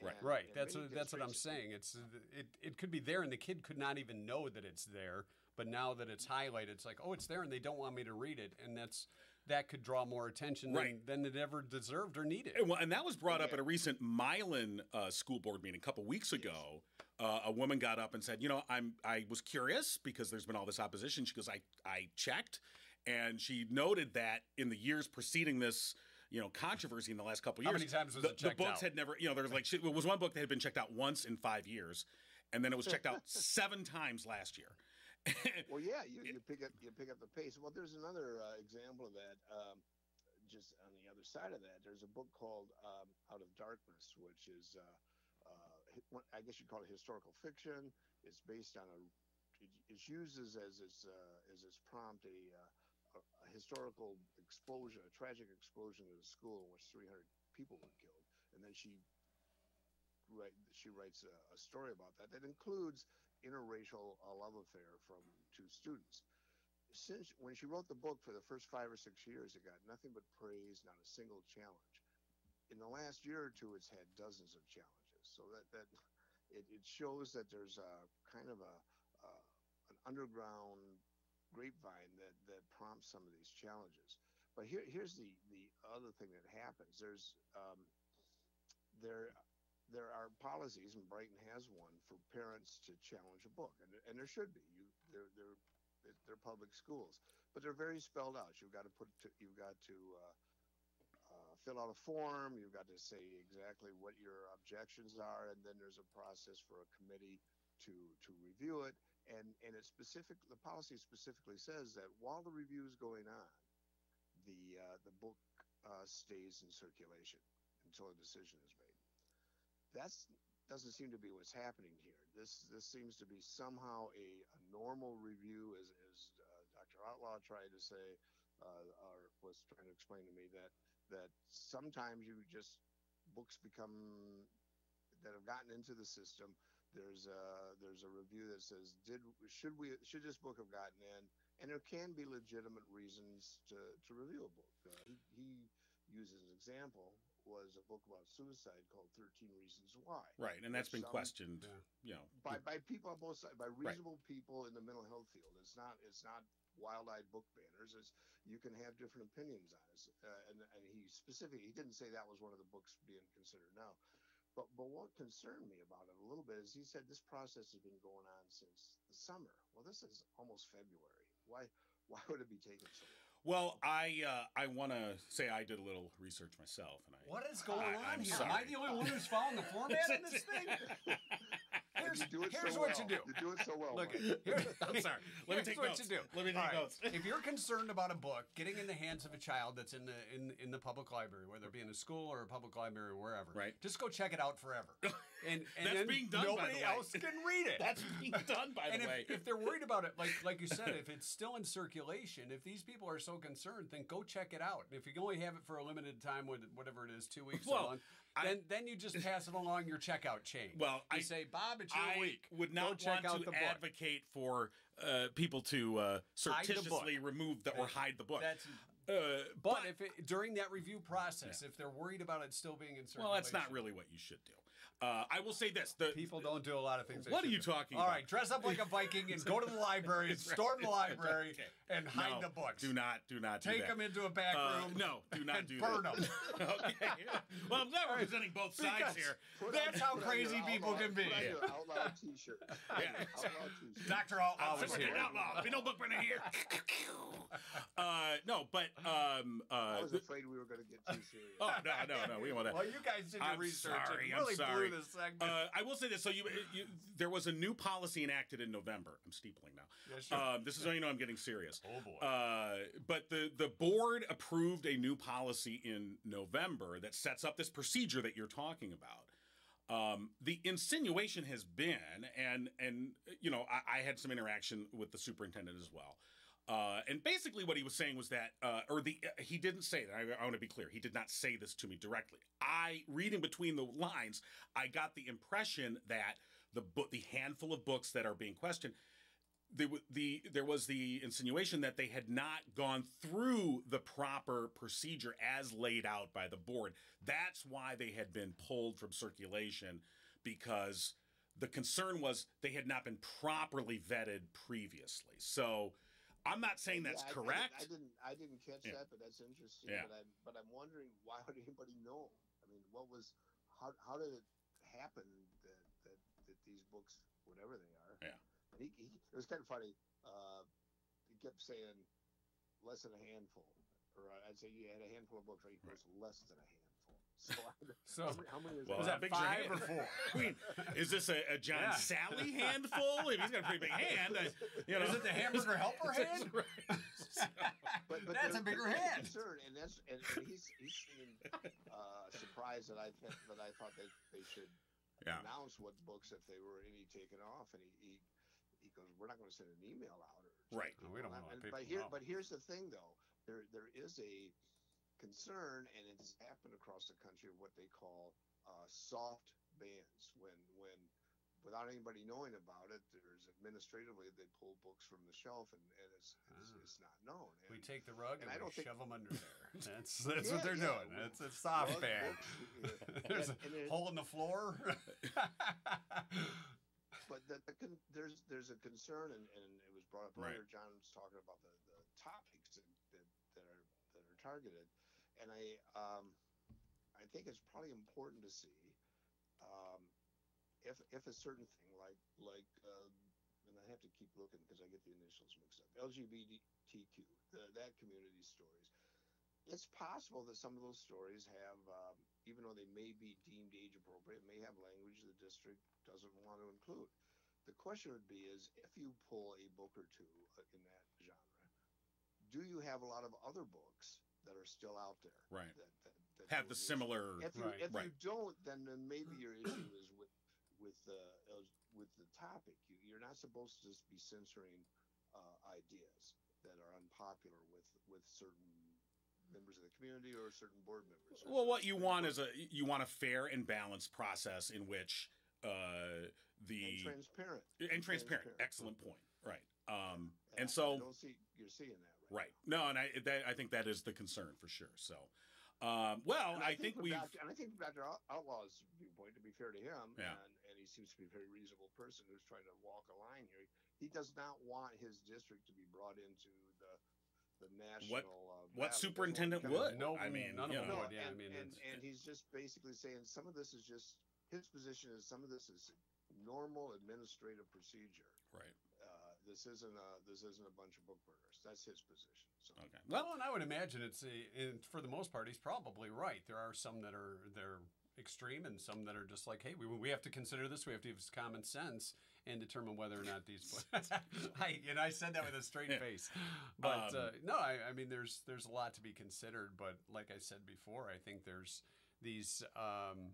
[SPEAKER 3] Right.
[SPEAKER 4] And
[SPEAKER 2] Right.
[SPEAKER 4] in
[SPEAKER 2] That's
[SPEAKER 4] many
[SPEAKER 2] what, that's what I'm
[SPEAKER 4] districts,
[SPEAKER 2] saying. It's uh, it, it could be there and the kid could not even know that it's there, but now that it's highlighted, it's like, oh, it's there and they don't want me to read it. And that's that could draw more attention
[SPEAKER 3] Right.
[SPEAKER 2] than, than it ever deserved or needed.
[SPEAKER 3] And, well, and that was brought up
[SPEAKER 4] Yeah.
[SPEAKER 3] at a recent Milan uh, school board meeting a couple weeks
[SPEAKER 4] Yes.
[SPEAKER 3] ago. Uh, a woman got up and said, "You know, I'm I was curious because there's been all this opposition." She goes, "I I checked," and she noted that in the years preceding this, you know, controversy in the last couple
[SPEAKER 2] How
[SPEAKER 3] years,
[SPEAKER 2] many times was
[SPEAKER 3] the,
[SPEAKER 2] it
[SPEAKER 3] the
[SPEAKER 2] checked
[SPEAKER 3] books
[SPEAKER 2] out?
[SPEAKER 3] had never, you know, there was like she, it was one book that had been checked out once in five years, and then it was checked out seven times last year.
[SPEAKER 4] Well, yeah, you, you pick up you pick up the pace. Well, there's another uh, example of that. Um, just on the other side of that, there's a book called um, Out of Darkness, which is, uh, uh, hi- what- I guess you call it historical fiction. It's based on a, it, it uses as its uh, as its prompt a, uh, a, a historical explosion, a tragic explosion at a school in which 300 people were killed, and then she write she writes a, a story about that that includes interracial uh, love affair from two students. Since when she wrote the book for the first five or six years, it got nothing but praise, not a single challenge. In the last year or two, it's had dozens of challenges. So that that it, it shows that there's a kind of a uh, an underground grapevine that that prompts some of these challenges. But here here's the the other thing that happens. There's um, there there are policies, and Brighton has one for parents to challenge a book, and, there- and there should be. You, they're they're it- they're public schools, but they're very spelled out. You've got to put to, you've got to uh, uh, fill out a form. You've got to say exactly what your objections are, and then there's a process for a committee to to review it. And and it specific the policy specifically says that while the review is going on, the uh, the book uh, stays in circulation until a decision is made that's doesn't seem to be what's happening here. This this seems to be somehow a, a normal review, as, as uh, Dr. Outlaw tried to say, uh, or was trying to explain to me that that sometimes you just books become that have gotten into the system. There's a there's a review that says did should we should this book have gotten in, and there can be legitimate reasons to to review a book. Uh, he, he used as an example was a book about suicide called Thirteen Reasons Why
[SPEAKER 3] right, and that's been
[SPEAKER 4] Some-
[SPEAKER 3] questioned.
[SPEAKER 2] Yeah.
[SPEAKER 3] You know,
[SPEAKER 4] by by people on both sides, by reasonable people in the mental health field. It's not it's not wild-eyed book banners. It's you can have different opinions on it. Uh, and and he specifically he didn't say that was one of the books being considered now. But but what concerned me about it a little bit is he said this process has been going on since the summer. Well, this is almost February. Why why would it be taking so long?
[SPEAKER 3] well, I uh, I want to say I did a little research myself, and I
[SPEAKER 2] What is going
[SPEAKER 3] I-
[SPEAKER 2] on
[SPEAKER 3] I'm
[SPEAKER 2] here? Am I
[SPEAKER 3] sorry.
[SPEAKER 2] the only one who's following the format in this thing?
[SPEAKER 4] And
[SPEAKER 2] Here's,
[SPEAKER 4] you do it so
[SPEAKER 2] here's what
[SPEAKER 4] well.
[SPEAKER 2] you do.
[SPEAKER 4] You do it so well.
[SPEAKER 2] Look,
[SPEAKER 4] Mike.
[SPEAKER 2] here-
[SPEAKER 3] I'm sorry. Let me
[SPEAKER 2] here's
[SPEAKER 3] take
[SPEAKER 2] what
[SPEAKER 3] notes.
[SPEAKER 2] you do.
[SPEAKER 3] Let me take
[SPEAKER 2] All right.
[SPEAKER 3] notes.
[SPEAKER 2] if you're concerned about a book getting in the hands of a child that's in the in in the public library, whether it be in a school or a public library or wherever,
[SPEAKER 3] Right.
[SPEAKER 2] Just go check it out forever. And, and
[SPEAKER 3] That's
[SPEAKER 2] then
[SPEAKER 3] being done, by the
[SPEAKER 2] Nobody
[SPEAKER 3] way.
[SPEAKER 2] else can read it.
[SPEAKER 3] That's being done, by
[SPEAKER 2] and
[SPEAKER 3] the
[SPEAKER 2] if,
[SPEAKER 3] way.
[SPEAKER 2] if they're worried about it, like like you said, if it's still in circulation, if these people are so concerned, then go check it out. And if you can only have it for a limited time, with whatever it is, two weeks,
[SPEAKER 3] Well,
[SPEAKER 2] a month,
[SPEAKER 3] I-
[SPEAKER 2] then then you just pass it along your checkout chain.
[SPEAKER 3] Well,
[SPEAKER 2] you
[SPEAKER 3] I-
[SPEAKER 2] say, Bob, it's your
[SPEAKER 3] I
[SPEAKER 2] week.
[SPEAKER 3] would
[SPEAKER 2] go
[SPEAKER 3] not
[SPEAKER 2] check
[SPEAKER 3] want
[SPEAKER 2] out
[SPEAKER 3] to
[SPEAKER 2] the book.
[SPEAKER 3] advocate for uh, people to uh,
[SPEAKER 2] Hide the book.
[SPEAKER 3] surreptitiously remove the, or hide the book.
[SPEAKER 2] That's
[SPEAKER 3] uh,
[SPEAKER 2] but, if it, during that review process, if they're worried about it still being in circulation,
[SPEAKER 3] well, that's not really what you should do. Uh, I will say this: the
[SPEAKER 2] People don't do a lot of things. they
[SPEAKER 3] What are
[SPEAKER 2] should
[SPEAKER 3] you
[SPEAKER 2] do.
[SPEAKER 3] talking
[SPEAKER 2] All
[SPEAKER 3] about?
[SPEAKER 2] right, dress up like a Viking and go to the library and storm the library
[SPEAKER 3] Okay.
[SPEAKER 2] and hide the
[SPEAKER 3] no,
[SPEAKER 2] books.
[SPEAKER 3] Do not, do not do
[SPEAKER 2] take
[SPEAKER 3] that.
[SPEAKER 2] them into a back
[SPEAKER 3] Uh,
[SPEAKER 2] room.
[SPEAKER 3] no, do not
[SPEAKER 2] and
[SPEAKER 3] do
[SPEAKER 2] burn
[SPEAKER 3] that.
[SPEAKER 2] 'em.
[SPEAKER 3] okay. Well, I'm not representing both sides
[SPEAKER 2] Because
[SPEAKER 3] here.
[SPEAKER 4] Put
[SPEAKER 2] That's how
[SPEAKER 4] put on your
[SPEAKER 2] crazy people
[SPEAKER 4] outlaw-
[SPEAKER 2] can be.
[SPEAKER 4] Put on your
[SPEAKER 3] Yeah.
[SPEAKER 4] outlaw T-shirt.
[SPEAKER 3] Yeah.
[SPEAKER 4] Outlaw T-shirt.
[SPEAKER 2] Doctor Outlaw
[SPEAKER 3] I'm
[SPEAKER 2] was
[SPEAKER 4] Somewhere
[SPEAKER 3] here.
[SPEAKER 2] here.
[SPEAKER 4] down
[SPEAKER 3] Outlaw. Be no book burner here. uh, no, but um,
[SPEAKER 4] I
[SPEAKER 3] uh,
[SPEAKER 4] was afraid we were going to get too serious.
[SPEAKER 3] oh no, no, no, we don't want that.
[SPEAKER 2] Well, you guys did your
[SPEAKER 3] I'm
[SPEAKER 2] research
[SPEAKER 3] sorry,
[SPEAKER 2] and
[SPEAKER 3] I'm
[SPEAKER 2] really
[SPEAKER 3] sorry.
[SPEAKER 2] blew this segment.
[SPEAKER 3] Uh, I will say this. So you, you, there was a new policy enacted in November. I'm steepling now.
[SPEAKER 2] Yeah, sure.
[SPEAKER 3] Um, this is how you know I'm getting serious.
[SPEAKER 2] oh boy.
[SPEAKER 3] Uh, but the the board approved a new policy in November that sets up this procedure that you're talking about. Um, the insinuation has been, and and you know, I, I had some interaction with the superintendent as well. Uh, and basically, what he was saying was that, uh, or the uh, he didn't say that. I, I want to be clear. He did not say this to me directly. I reading between the lines, I got the impression that the book, the handful of books that are being questioned, the, the there was the insinuation that they had not gone through the proper procedure as laid out by the board. That's why they had been pulled from circulation because the concern was they had not been properly vetted previously. So I'm not saying that's
[SPEAKER 4] Yeah, I- I didn't-
[SPEAKER 3] correct.
[SPEAKER 4] I didn't, I didn't catch
[SPEAKER 3] Yeah.
[SPEAKER 4] that, but that's interesting.
[SPEAKER 3] Yeah.
[SPEAKER 4] But I'm, but I'm wondering why would anybody know? I mean, what was, how, how did it happen that, that, that these books, whatever they are,
[SPEAKER 3] Yeah.
[SPEAKER 4] And he, he, it was kind of funny. Uh, he kept saying less than a handful, or uh, I'd say you had a handful of books, right? It was less than a handful. So I,
[SPEAKER 2] So
[SPEAKER 4] how many- how many is
[SPEAKER 3] Well,
[SPEAKER 2] was
[SPEAKER 3] how
[SPEAKER 2] that
[SPEAKER 4] that?
[SPEAKER 3] big's your
[SPEAKER 2] five or
[SPEAKER 3] hand?
[SPEAKER 2] four?
[SPEAKER 3] I mean, is this a, a John
[SPEAKER 2] Yeah.
[SPEAKER 3] Sally handful? If he's got a pretty big hand, I, you know,
[SPEAKER 2] Is it the hamburger helper
[SPEAKER 3] That's
[SPEAKER 2] hand?
[SPEAKER 3] right. So-
[SPEAKER 4] But, but
[SPEAKER 2] that's
[SPEAKER 4] there-
[SPEAKER 2] a bigger
[SPEAKER 4] but there's
[SPEAKER 2] hand.
[SPEAKER 4] concern, and that's and, and he's he's seeming uh, surprised that I thought that I thought they, they should
[SPEAKER 3] Yeah.
[SPEAKER 4] announce what books if they were any taken off, and he he, he goes, we're not going to send an email out. Or
[SPEAKER 3] Right.
[SPEAKER 2] No, we don't wanna let
[SPEAKER 4] And-
[SPEAKER 2] people
[SPEAKER 4] but here
[SPEAKER 2] know.
[SPEAKER 4] but here's the thing though, there there is a concern, and it's happened across the country of what they call uh, soft bans when when. Without anybody knowing about it, there's administratively they pull books from the shelf, and, and it's, it's
[SPEAKER 2] Ah.
[SPEAKER 4] it's not known.
[SPEAKER 2] We
[SPEAKER 4] And-
[SPEAKER 2] take the rug
[SPEAKER 4] And
[SPEAKER 2] and,
[SPEAKER 4] I don't
[SPEAKER 2] we
[SPEAKER 4] think-
[SPEAKER 2] shove them under there. That's that's what
[SPEAKER 4] Yeah,
[SPEAKER 2] they're
[SPEAKER 4] yeah,
[SPEAKER 2] doing.
[SPEAKER 4] well,
[SPEAKER 2] It's a soft
[SPEAKER 4] Well,
[SPEAKER 2] band.
[SPEAKER 4] well, yeah.
[SPEAKER 2] There's a
[SPEAKER 4] And- and it-
[SPEAKER 2] hole in the floor.
[SPEAKER 4] But the, the con- there's there's a concern, and, and it was brought up
[SPEAKER 3] Right.
[SPEAKER 4] earlier. John was talking about the, the topics that, that, that are that are targeted, and I um, I think it's probably important to see um, if if a certain thing like like um, and I have to keep looking because I get the initials mixed up. LGBTQ, the, that community stories. It's possible that some of those stories have, um, even though they may be deemed age appropriate, may have language the district doesn't want to include. The question would be is if you pull a book or two uh, in that genre, do you have a lot of other books that are still out there?
[SPEAKER 3] Right.
[SPEAKER 4] That, that, that
[SPEAKER 3] Have
[SPEAKER 4] would
[SPEAKER 3] the
[SPEAKER 4] be-
[SPEAKER 3] similar.
[SPEAKER 4] if you,
[SPEAKER 2] Right.
[SPEAKER 4] if
[SPEAKER 3] Right.
[SPEAKER 4] you don't, then, then maybe your issue is with with the uh, with the topic. You, you're not supposed to just be censoring uh, ideas that are unpopular with with certain members of the community or certain board members. or
[SPEAKER 3] Well, what
[SPEAKER 4] certain
[SPEAKER 3] you
[SPEAKER 4] things.
[SPEAKER 3] want is a you want a fair and balanced process in which uh, the
[SPEAKER 4] and transparent.
[SPEAKER 3] and transparent.
[SPEAKER 4] transparent.
[SPEAKER 3] Excellent point. Right. Um,
[SPEAKER 4] I-
[SPEAKER 3] and so
[SPEAKER 4] I don't see you're seeing that right.
[SPEAKER 3] right. No, and I that, I think that is the concern for sure. So, um, well,
[SPEAKER 4] And
[SPEAKER 3] I, think
[SPEAKER 4] what
[SPEAKER 3] we've
[SPEAKER 4] Dr. and I think Dr. Out- Outlaw's viewpoint, to be fair to him,
[SPEAKER 3] Yeah.
[SPEAKER 4] and, and he seems to be a very reasonable person who's trying to walk a line here. He does not want his district to be brought into the the national. uh, battle.
[SPEAKER 3] what
[SPEAKER 4] That's
[SPEAKER 3] superintendent
[SPEAKER 4] kinda-
[SPEAKER 3] would.
[SPEAKER 2] No,
[SPEAKER 3] I mean,
[SPEAKER 2] none of
[SPEAKER 3] you
[SPEAKER 2] them
[SPEAKER 3] know,
[SPEAKER 4] No,
[SPEAKER 2] would. yeah, I
[SPEAKER 4] and,
[SPEAKER 2] mean,
[SPEAKER 4] and,
[SPEAKER 2] it's-
[SPEAKER 4] and he's just basically saying some of this is just his position is some of this is normal administrative procedure.
[SPEAKER 3] Right.
[SPEAKER 4] Uh, this isn't a this isn't a bunch of book burners. That's his position. So.
[SPEAKER 3] Okay. Well,
[SPEAKER 2] well, and I would imagine it's a, and for the most part, he's probably right. There are some that are they're extreme, and some that are just like, hey, we, we have to consider this. We have to use common sense and determine whether or not these. I, and I said that with a straight
[SPEAKER 3] Yeah.
[SPEAKER 2] face, but
[SPEAKER 3] Um,
[SPEAKER 2] uh, no, I, I mean, there's there's a lot to be considered. But like I said before, I think there's these. Um,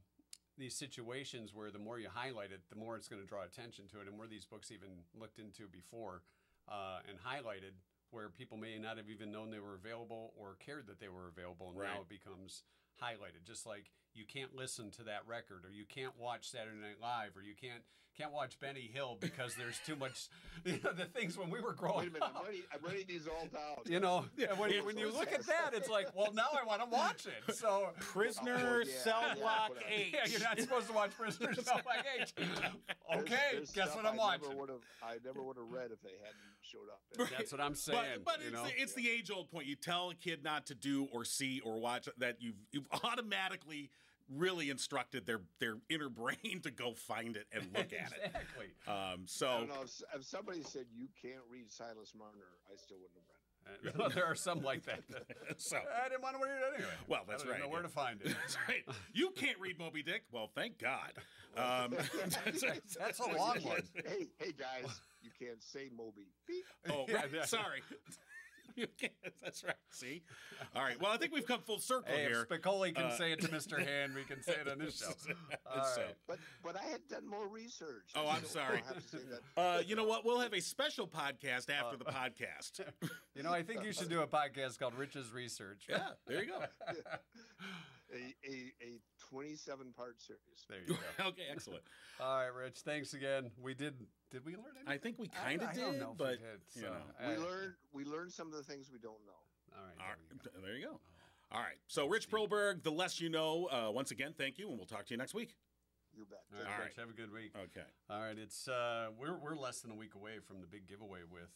[SPEAKER 2] these situations where the more you highlight it, the more it's going to draw attention to it, and were these books even looked into before uh, and highlighted, where people may not have even known they were available or cared that they were available, and
[SPEAKER 3] Right.
[SPEAKER 2] now it becomes highlighted. Just like you can't listen to that record, or you can't watch Saturday Night Live, or you can't can't watch Benny Hill because there's too much. You know, the things when we were
[SPEAKER 4] Wait
[SPEAKER 2] growing
[SPEAKER 4] a minute, I'm
[SPEAKER 2] up.
[SPEAKER 4] writing, I'm writing these all down.
[SPEAKER 2] You know,
[SPEAKER 3] Yeah,
[SPEAKER 2] when,
[SPEAKER 3] yeah.
[SPEAKER 2] when you look at that, it's like, well, now I want to watch it. So
[SPEAKER 3] prisoner
[SPEAKER 4] yeah,
[SPEAKER 3] cell
[SPEAKER 4] yeah,
[SPEAKER 3] block
[SPEAKER 4] whatever.
[SPEAKER 3] eight.
[SPEAKER 2] yeah, you're not supposed to watch Prisoner Cell like H.
[SPEAKER 4] There's-
[SPEAKER 2] Okay,
[SPEAKER 4] there's
[SPEAKER 2] guess
[SPEAKER 4] stuff
[SPEAKER 2] what I'm
[SPEAKER 4] I never
[SPEAKER 2] watching.
[SPEAKER 4] would've- I never would have read if they hadn't showed up.
[SPEAKER 3] Right.
[SPEAKER 2] That's what I'm saying.
[SPEAKER 3] But, but
[SPEAKER 2] you
[SPEAKER 3] it's,
[SPEAKER 2] know?
[SPEAKER 3] the, it's the age old point. You tell a kid not to do or see or watch that you've you've automatically really instructed their their inner brain to go find it and look at it.
[SPEAKER 2] exactly.
[SPEAKER 3] Um,
[SPEAKER 4] I
[SPEAKER 3] so
[SPEAKER 4] don't know if, s- if somebody said you can't read Silas Marner, I still wouldn't have read it.
[SPEAKER 2] Uh, there are some like that.
[SPEAKER 3] so
[SPEAKER 2] I didn't want to read it anyway.
[SPEAKER 3] Well,
[SPEAKER 2] I
[SPEAKER 3] that's
[SPEAKER 2] don't even
[SPEAKER 3] right,
[SPEAKER 2] Know where
[SPEAKER 3] yeah.
[SPEAKER 2] to find it?
[SPEAKER 3] that's right. You can't read Moby Dick. Well, thank God. Um,
[SPEAKER 2] That's a long one.
[SPEAKER 4] Hey, hey guys, you can't say Moby. Beep.
[SPEAKER 3] Oh,
[SPEAKER 2] Yeah,
[SPEAKER 3] right.
[SPEAKER 2] yeah.
[SPEAKER 3] sorry. You can't- that's right. See. All right. Well, I think we've come full circle
[SPEAKER 2] Hey,
[SPEAKER 3] here.
[SPEAKER 2] if Spicoli can
[SPEAKER 3] Uh,
[SPEAKER 2] say it to Mr. Hand, we can say it on this show. All
[SPEAKER 3] So-
[SPEAKER 2] right.
[SPEAKER 4] But but I had done more research.
[SPEAKER 3] Oh, I'm
[SPEAKER 4] So
[SPEAKER 3] sorry.
[SPEAKER 4] I'll have to say that.
[SPEAKER 3] Uh, you know what? We'll have a special podcast after
[SPEAKER 2] Uh,
[SPEAKER 3] the podcast.
[SPEAKER 2] You know, I think you should do a podcast called Rich's Research.
[SPEAKER 3] Yeah, there you go.
[SPEAKER 4] A, a, a 27 part series.
[SPEAKER 2] There you go.
[SPEAKER 3] okay, excellent.
[SPEAKER 2] All right, Rich. Thanks again. We did. Did we learn anything?
[SPEAKER 3] I think we
[SPEAKER 2] I-
[SPEAKER 3] kind of
[SPEAKER 2] I
[SPEAKER 3] did,
[SPEAKER 2] don't know if we
[SPEAKER 3] but
[SPEAKER 2] did,
[SPEAKER 3] you
[SPEAKER 2] so,
[SPEAKER 3] know.
[SPEAKER 2] I-
[SPEAKER 4] we learned we learned some of the things we don't know.
[SPEAKER 2] All right.
[SPEAKER 3] All
[SPEAKER 2] There
[SPEAKER 3] right,
[SPEAKER 2] you go.
[SPEAKER 3] there you go. All right. So, Rich Proberg, the less you know. Uh, once again, thank you, and we'll talk to you next week.
[SPEAKER 4] You bet.
[SPEAKER 2] All right,
[SPEAKER 3] All
[SPEAKER 2] Rich, have a good week.
[SPEAKER 3] Okay.
[SPEAKER 2] All right, it's uh, we're we're less than a week away from the big giveaway with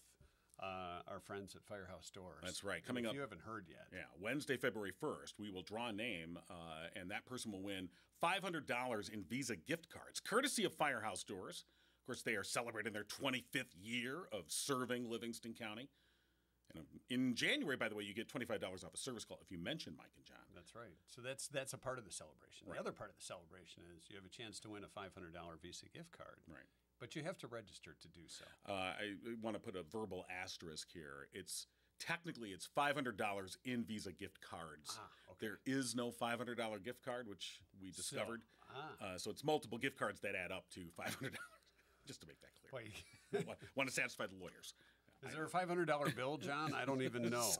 [SPEAKER 2] uh, our friends at Firehouse Doors.
[SPEAKER 3] That's right,
[SPEAKER 2] And
[SPEAKER 3] coming
[SPEAKER 2] if
[SPEAKER 3] up-
[SPEAKER 2] You haven't heard yet.
[SPEAKER 3] Yeah. Wednesday, February 1st, we will draw a name, uh, and that person will win $500 in Visa gift cards, courtesy of Firehouse Doors. Of course, they are celebrating their 25th year of serving Livingston County. And um, in January, by the way, you get $25 off a service call if you mention Mike and John.
[SPEAKER 2] That's right. So that's that's a part of the celebration.
[SPEAKER 3] Right.
[SPEAKER 2] The other part of the celebration is you have a chance to win a five hundred dollar Visa gift card,
[SPEAKER 3] Right.
[SPEAKER 2] but you have to register to do so.
[SPEAKER 3] Uh, I want to put a verbal asterisk here. It's technically it's five hundred dollars in Visa gift cards.
[SPEAKER 2] Ah, okay.
[SPEAKER 3] There is no five hundred dollar gift card, which we
[SPEAKER 2] So-
[SPEAKER 3] discovered.
[SPEAKER 2] ah,
[SPEAKER 3] uh, so it's multiple gift cards that add up to five hundred dollars. Just to make that clear,
[SPEAKER 2] wait,
[SPEAKER 3] Wa- want to satisfy the lawyers.
[SPEAKER 2] is there a five hundred dollar bill, John? I don't even know.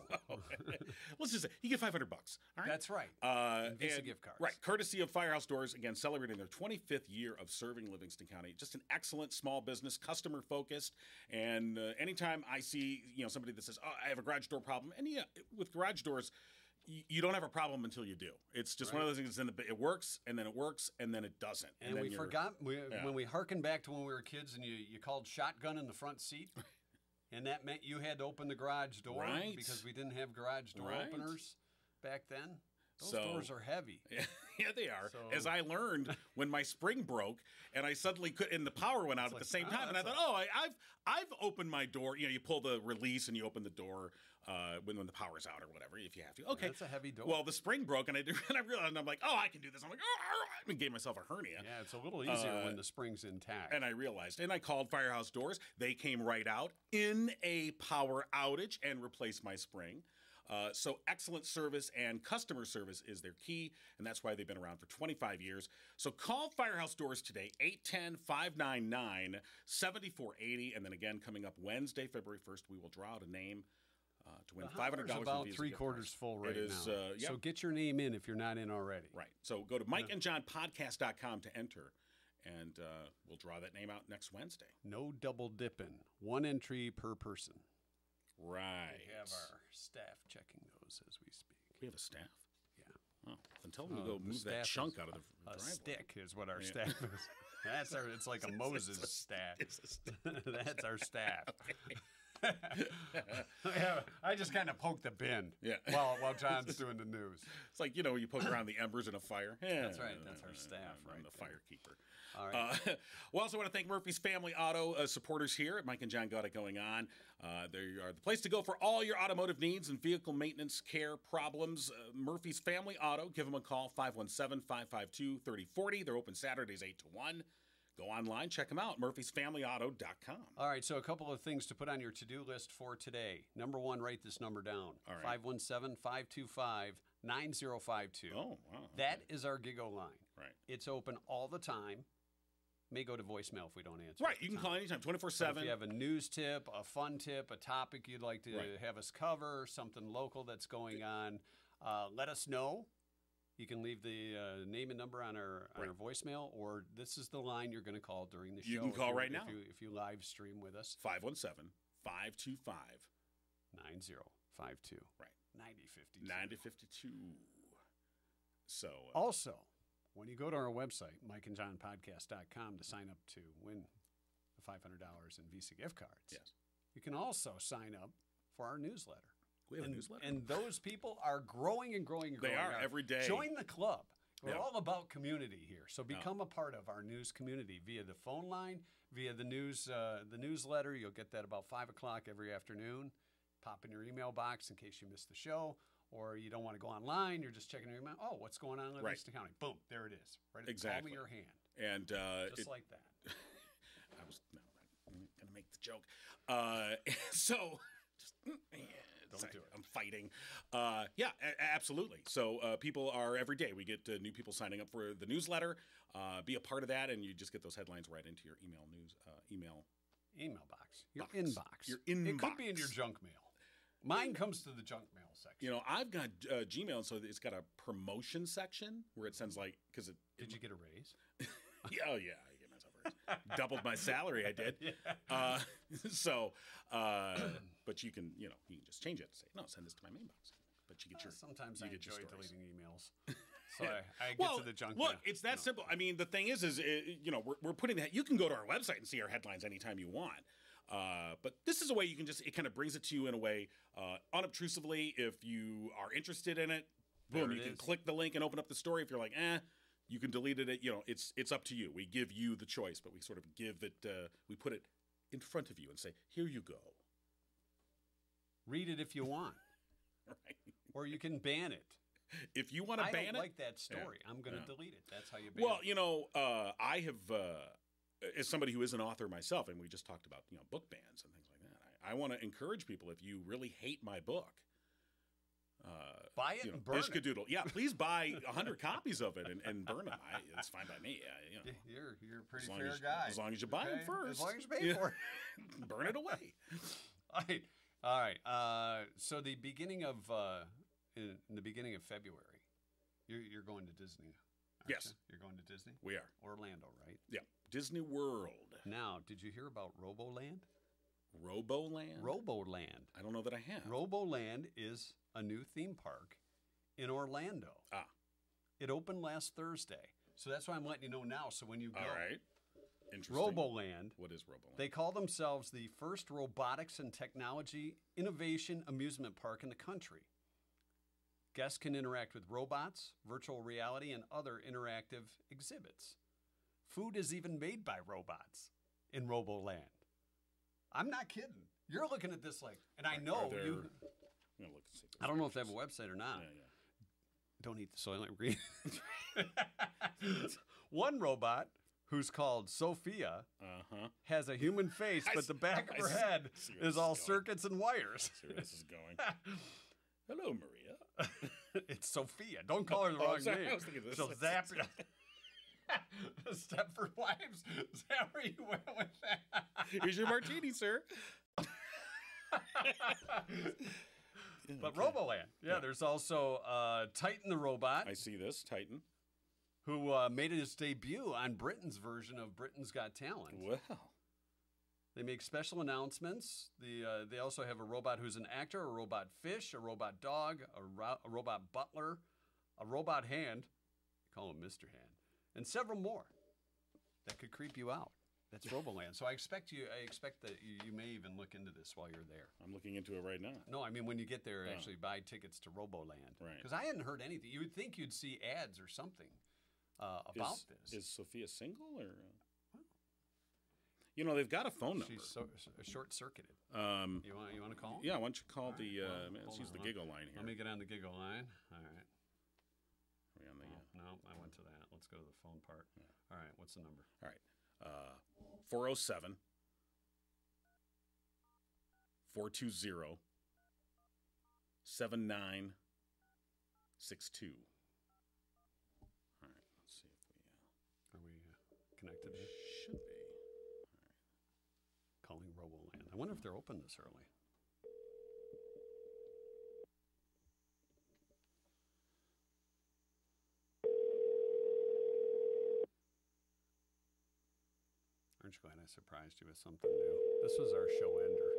[SPEAKER 3] Let's just say you get five hundred bucks. All right.
[SPEAKER 2] That's right.
[SPEAKER 3] Uh,
[SPEAKER 2] And Visa gift cards.
[SPEAKER 3] Right, courtesy of Firehouse Doors, again, celebrating their 25th year of serving Livingston County. Just an excellent small business, customer focused. And uh, anytime I see, you know, somebody that says, oh, I have a garage door problem, and yeah, with garage doors, y- you don't have a problem until you do. It's just one of those things. Then the- it works, and then it works, and then it doesn't.
[SPEAKER 2] and
[SPEAKER 3] then
[SPEAKER 2] we
[SPEAKER 3] you're-
[SPEAKER 2] forgot we,
[SPEAKER 3] yeah.
[SPEAKER 2] when we hearkened back to when we were kids, and you you called shotgun in the front seat. And that meant you had to open the garage door
[SPEAKER 3] Right.
[SPEAKER 2] because we didn't have garage door
[SPEAKER 3] Right.
[SPEAKER 2] openers back then. Those
[SPEAKER 3] So-
[SPEAKER 2] doors are heavy.
[SPEAKER 3] Yeah, yeah, they are. As
[SPEAKER 2] So-
[SPEAKER 3] I learned when my spring broke and I suddenly could, and the power went out at
[SPEAKER 2] like,
[SPEAKER 3] the same
[SPEAKER 2] oh,
[SPEAKER 3] time, and I
[SPEAKER 2] that's
[SPEAKER 3] thought, oh, I, I've I've opened my door. You know, you pull the release and you open the door uh, when when the power's out or whatever, if you have to. Okay,
[SPEAKER 2] that's a heavy door.
[SPEAKER 3] Well, the spring broke, and I did, and I realized, and I'm like, oh, I can do this. I'm like, oh, I gave myself a hernia.
[SPEAKER 2] Yeah, it's a little easier
[SPEAKER 3] Uh,
[SPEAKER 2] when the spring's intact.
[SPEAKER 3] And I realized, and I called Firehouse Doors. They came right out in a power outage and replaced my spring. Uh, so excellent service and customer service is their key, and that's why they've been around for 25 years. So call Firehouse Doors today, 810-599-7480. And then again, coming up Wednesday, February 1st, we will draw out a name uh, to win
[SPEAKER 2] The
[SPEAKER 3] $500.
[SPEAKER 2] Hummer's
[SPEAKER 3] in
[SPEAKER 2] about
[SPEAKER 3] Visa
[SPEAKER 2] three
[SPEAKER 3] gift cards.
[SPEAKER 2] quarters full right
[SPEAKER 3] it is,
[SPEAKER 2] now.
[SPEAKER 3] Uh, yep.
[SPEAKER 2] So get your name in if you're not in already.
[SPEAKER 3] Right. So go to mikeandjohnpodcast.com to enter, and uh, we'll draw that name out next Wednesday.
[SPEAKER 2] No double dipping. One entry per person.
[SPEAKER 3] Right.
[SPEAKER 2] We have our staff checking those as we speak.
[SPEAKER 3] We have a staff.
[SPEAKER 2] Yeah.
[SPEAKER 3] Oh, then tell them
[SPEAKER 2] Uh,
[SPEAKER 3] to go
[SPEAKER 2] the
[SPEAKER 3] move
[SPEAKER 2] staff
[SPEAKER 3] that chunk
[SPEAKER 2] is
[SPEAKER 3] out of the
[SPEAKER 2] A
[SPEAKER 3] driveway.
[SPEAKER 2] stick is what our
[SPEAKER 3] Yeah.
[SPEAKER 2] staff is. That's our. It's like a Moses staff.
[SPEAKER 3] It's a stick.
[SPEAKER 2] That's our staff. yeah, I just kind of poked the bin.
[SPEAKER 3] Yeah.
[SPEAKER 2] While while John's doing the news.
[SPEAKER 3] It's like you know when you poke around the embers in a fire.
[SPEAKER 2] That's
[SPEAKER 3] Yeah,
[SPEAKER 2] right, that's our staff
[SPEAKER 3] I'm
[SPEAKER 2] right
[SPEAKER 3] the
[SPEAKER 2] there.
[SPEAKER 3] fire keeper.
[SPEAKER 2] All right.
[SPEAKER 3] Uh, we also want to thank Murphy's Family Auto uh, supporters here at Mike and John Got It Going On. Uh, they are the place to go for all your automotive needs and vehicle maintenance care problems. Uh, Murphy's Family Auto, give them a call, 517 552 3040. They're open Saturdays 8 to 1. Go online, check them out, murphysfamilyauto.com.
[SPEAKER 2] All right, so a couple of things to put on your to do list for today. Number one, write this number down
[SPEAKER 3] All right.
[SPEAKER 2] 517 525 9052.
[SPEAKER 3] Oh, wow.
[SPEAKER 2] That is our Gigo line.
[SPEAKER 3] Right.
[SPEAKER 2] It's open all the time. May go to voicemail if we don't answer.
[SPEAKER 3] Right.
[SPEAKER 2] at
[SPEAKER 3] You
[SPEAKER 2] the
[SPEAKER 3] can
[SPEAKER 2] time.
[SPEAKER 3] call anytime, 24
[SPEAKER 2] But If
[SPEAKER 3] 7.
[SPEAKER 2] you have a news tip, a fun tip, a topic you'd like to
[SPEAKER 3] Right.
[SPEAKER 2] have us cover, something local that's going on, uh, let us know. You can leave the uh, name and number on our on our voicemail, or this is the line you're going to call during the show.
[SPEAKER 3] You can
[SPEAKER 2] if
[SPEAKER 3] call right
[SPEAKER 2] if
[SPEAKER 3] now.
[SPEAKER 2] you, if you live stream with us.
[SPEAKER 3] 517 525
[SPEAKER 2] 9052.
[SPEAKER 3] Right.
[SPEAKER 2] 9052.
[SPEAKER 3] 9052. So, uh,
[SPEAKER 2] Also, when you go to our website, mikeandjohnpodcast.com, to sign up to win the $500 in Visa gift cards,
[SPEAKER 3] Yes.
[SPEAKER 2] you can also sign up for our newsletter.
[SPEAKER 3] we have
[SPEAKER 2] and,
[SPEAKER 3] a newsletter.
[SPEAKER 2] and those people are growing and growing and
[SPEAKER 3] They
[SPEAKER 2] growing.
[SPEAKER 3] are every day.
[SPEAKER 2] Join the club. We're
[SPEAKER 3] Yeah.
[SPEAKER 2] all about community here, so
[SPEAKER 3] Yeah.
[SPEAKER 2] become a part of our news community via the phone line, via the news, uh, the newsletter. You'll get that about five o'clock every afternoon. Pop in your email box in case you missed the show, or you don't want to go online. You're just checking your email. Oh, what's going on in
[SPEAKER 3] Right.
[SPEAKER 2] Livingston County? Boom, there it is. Right, at the palm
[SPEAKER 3] Exactly.
[SPEAKER 2] of your hand,
[SPEAKER 3] and uh,
[SPEAKER 2] just
[SPEAKER 3] it-
[SPEAKER 2] like that.
[SPEAKER 3] I was no, I'm not gonna make the joke. Uh, so just mm, yeah,
[SPEAKER 2] Don't
[SPEAKER 3] sorry,
[SPEAKER 2] do it.
[SPEAKER 3] I'm fighting. Uh, yeah, a- a- absolutely. So uh, people are every day. We get uh, new people signing up for the newsletter. Uh, be a part of that, and you just get those headlines right into your email news uh, email.
[SPEAKER 2] Email box, your
[SPEAKER 3] Box.
[SPEAKER 2] inbox,
[SPEAKER 3] Your
[SPEAKER 2] It could be in your
[SPEAKER 3] inbox.
[SPEAKER 2] junk mail. Mine comes to the junk mail section.
[SPEAKER 3] You know, I've got uh, Gmail, so it's got a promotion section where it sends like because it.
[SPEAKER 2] did you get a raise?
[SPEAKER 3] Yeah, oh yeah, I get myself a raise. doubled my salary. I did. Uh, so, uh, but you can you know you can just change it. Say no, send this to my mailbox. But you get your
[SPEAKER 2] Uh, sometimes
[SPEAKER 3] you
[SPEAKER 2] I
[SPEAKER 3] get your
[SPEAKER 2] enjoy
[SPEAKER 3] stories.
[SPEAKER 2] deleting emails. So I, I get
[SPEAKER 3] well,
[SPEAKER 2] to the junk
[SPEAKER 3] look,
[SPEAKER 2] mail.
[SPEAKER 3] it's that
[SPEAKER 2] No.
[SPEAKER 3] simple. I mean, the thing is, is it, you know, we're, we're putting that. You can go to our website and see our headlines anytime you want. Uh, but this is a way you can just it kind of brings it to you in a way uh, unobtrusively. If you are interested in it, boom,
[SPEAKER 2] There
[SPEAKER 3] you
[SPEAKER 2] it
[SPEAKER 3] can
[SPEAKER 2] is.
[SPEAKER 3] click the link and open up the story. If you're like, eh, you can delete it. You know, it's it's up to you. We give you the choice, but we sort of give it. Uh, we put it in front of you and say, here you go.
[SPEAKER 2] Read it if you want,
[SPEAKER 3] Right?
[SPEAKER 2] or you can ban it.
[SPEAKER 3] If you want to
[SPEAKER 2] I
[SPEAKER 3] ban
[SPEAKER 2] don't
[SPEAKER 3] it,
[SPEAKER 2] like that story. I'm going to
[SPEAKER 3] yeah.
[SPEAKER 2] delete it. That's how you ban
[SPEAKER 3] Well,
[SPEAKER 2] it.
[SPEAKER 3] you know, uh, I have, uh, as somebody who is an author myself, and we just talked about you know book bans and things like that. I, I want to encourage people if you really hate my book, uh,
[SPEAKER 2] Buy it
[SPEAKER 3] you know,
[SPEAKER 2] and burn it.
[SPEAKER 3] Doodle, yeah, please buy hundred copies of it and, and burn them. I, it's fine by me. I, you know,
[SPEAKER 2] You're you're a pretty
[SPEAKER 3] long
[SPEAKER 2] fair
[SPEAKER 3] as-
[SPEAKER 2] guy.
[SPEAKER 3] as long as you buy 'em first.
[SPEAKER 2] As long as you pay
[SPEAKER 3] Yeah.
[SPEAKER 2] for it.
[SPEAKER 3] burn it away.
[SPEAKER 2] All right. All right. Uh, so the beginning of uh, in in the beginning of February, you're, you're going to Disney. aren't
[SPEAKER 3] Yes.
[SPEAKER 2] you? You're going to Disney,
[SPEAKER 3] We are
[SPEAKER 2] Orlando, right?
[SPEAKER 3] yeah. Disney World,
[SPEAKER 2] Now, did you hear about Roboland?
[SPEAKER 3] Roboland.
[SPEAKER 2] Roboland.
[SPEAKER 3] I don't know that I have.
[SPEAKER 2] Roboland is a new theme park in Orlando.
[SPEAKER 3] ah,
[SPEAKER 2] It opened last Thursday, so that's why I'm letting you know now. So when you go,
[SPEAKER 3] all right. Interesting.
[SPEAKER 2] Roboland.
[SPEAKER 3] What is Roboland?
[SPEAKER 2] They call themselves the first robotics and technology innovation amusement park in the country. Guests can interact with robots, virtual reality, and other interactive exhibits. Food is even made by robots in Roboland. I'm not kidding. You're looking at this like, and I
[SPEAKER 3] Are- are
[SPEAKER 2] know
[SPEAKER 3] there-
[SPEAKER 2] you.
[SPEAKER 3] I'm gonna look and see if
[SPEAKER 2] I don't know if they have a
[SPEAKER 3] there's-
[SPEAKER 2] website or not.
[SPEAKER 3] Yeah, yeah.
[SPEAKER 2] Don't eat the soylent green. One robot, who's called Sophia,
[SPEAKER 3] Uh huh.
[SPEAKER 2] has a human face,
[SPEAKER 3] I
[SPEAKER 2] but
[SPEAKER 3] see-
[SPEAKER 2] the back of
[SPEAKER 3] I
[SPEAKER 2] her
[SPEAKER 3] see-
[SPEAKER 2] head
[SPEAKER 3] see where this
[SPEAKER 2] is
[SPEAKER 3] is
[SPEAKER 2] all
[SPEAKER 3] going.
[SPEAKER 2] circuits and wires.
[SPEAKER 3] See where this is going. Hello, Maria.
[SPEAKER 2] it's Sophia. Don't call her the
[SPEAKER 3] Oh,
[SPEAKER 2] wrong
[SPEAKER 3] sorry, I
[SPEAKER 2] name.
[SPEAKER 3] was thinking this.
[SPEAKER 2] She'll zap you. Stepford Wives. Is that where you went with that?
[SPEAKER 3] Here's your martini, sir.
[SPEAKER 2] but
[SPEAKER 3] Okay.
[SPEAKER 2] Roboland. Yeah,
[SPEAKER 3] Yeah.
[SPEAKER 2] there's also uh, Titan the Robot,
[SPEAKER 3] I see this Titan.
[SPEAKER 2] who uh, made his debut on Britain's version of Britain's Got Talent.
[SPEAKER 3] Wow.
[SPEAKER 2] They make special announcements. The uh, they also have a robot who's an actor, a robot fish, a robot dog, a, ro- a robot butler, a robot hand. Call him Mr. Hand, and several more that could creep you out. That's Roboland. So I expect you. I expect that you, you may even look into this while you're there.
[SPEAKER 3] I'm looking into it right now.
[SPEAKER 2] No, I mean when you get there,
[SPEAKER 3] Yeah.
[SPEAKER 2] actually buy tickets to Roboland.
[SPEAKER 3] Right.
[SPEAKER 2] Because I hadn't heard anything. You would think you'd see ads or something uh, about
[SPEAKER 3] is,
[SPEAKER 2] this.
[SPEAKER 3] Is Sophia single or? uh, You know they've got a phone number.
[SPEAKER 2] She's so, so short circuited.
[SPEAKER 3] um.
[SPEAKER 2] You want you want to call? 'em?
[SPEAKER 3] Yeah. Why don't you call the?
[SPEAKER 2] All right, well,
[SPEAKER 3] Uh, man, let's
[SPEAKER 2] hold
[SPEAKER 3] use
[SPEAKER 2] on,
[SPEAKER 3] the
[SPEAKER 2] let-
[SPEAKER 3] giggle line here.
[SPEAKER 2] Let me get on the giggle line. All right.
[SPEAKER 3] Are we on the,
[SPEAKER 2] Well,
[SPEAKER 3] uh,
[SPEAKER 2] no, I went to that. Let's go to the phone part. All right, what's the number?
[SPEAKER 3] All right. Uh, 407 420 7962. All right. Let's see if we uh,
[SPEAKER 2] Are we uh, connected? here?
[SPEAKER 3] should be.
[SPEAKER 2] Calling Roboland. I wonder if they're open this early. Aren't you glad I surprised you with something new? This was our show ender.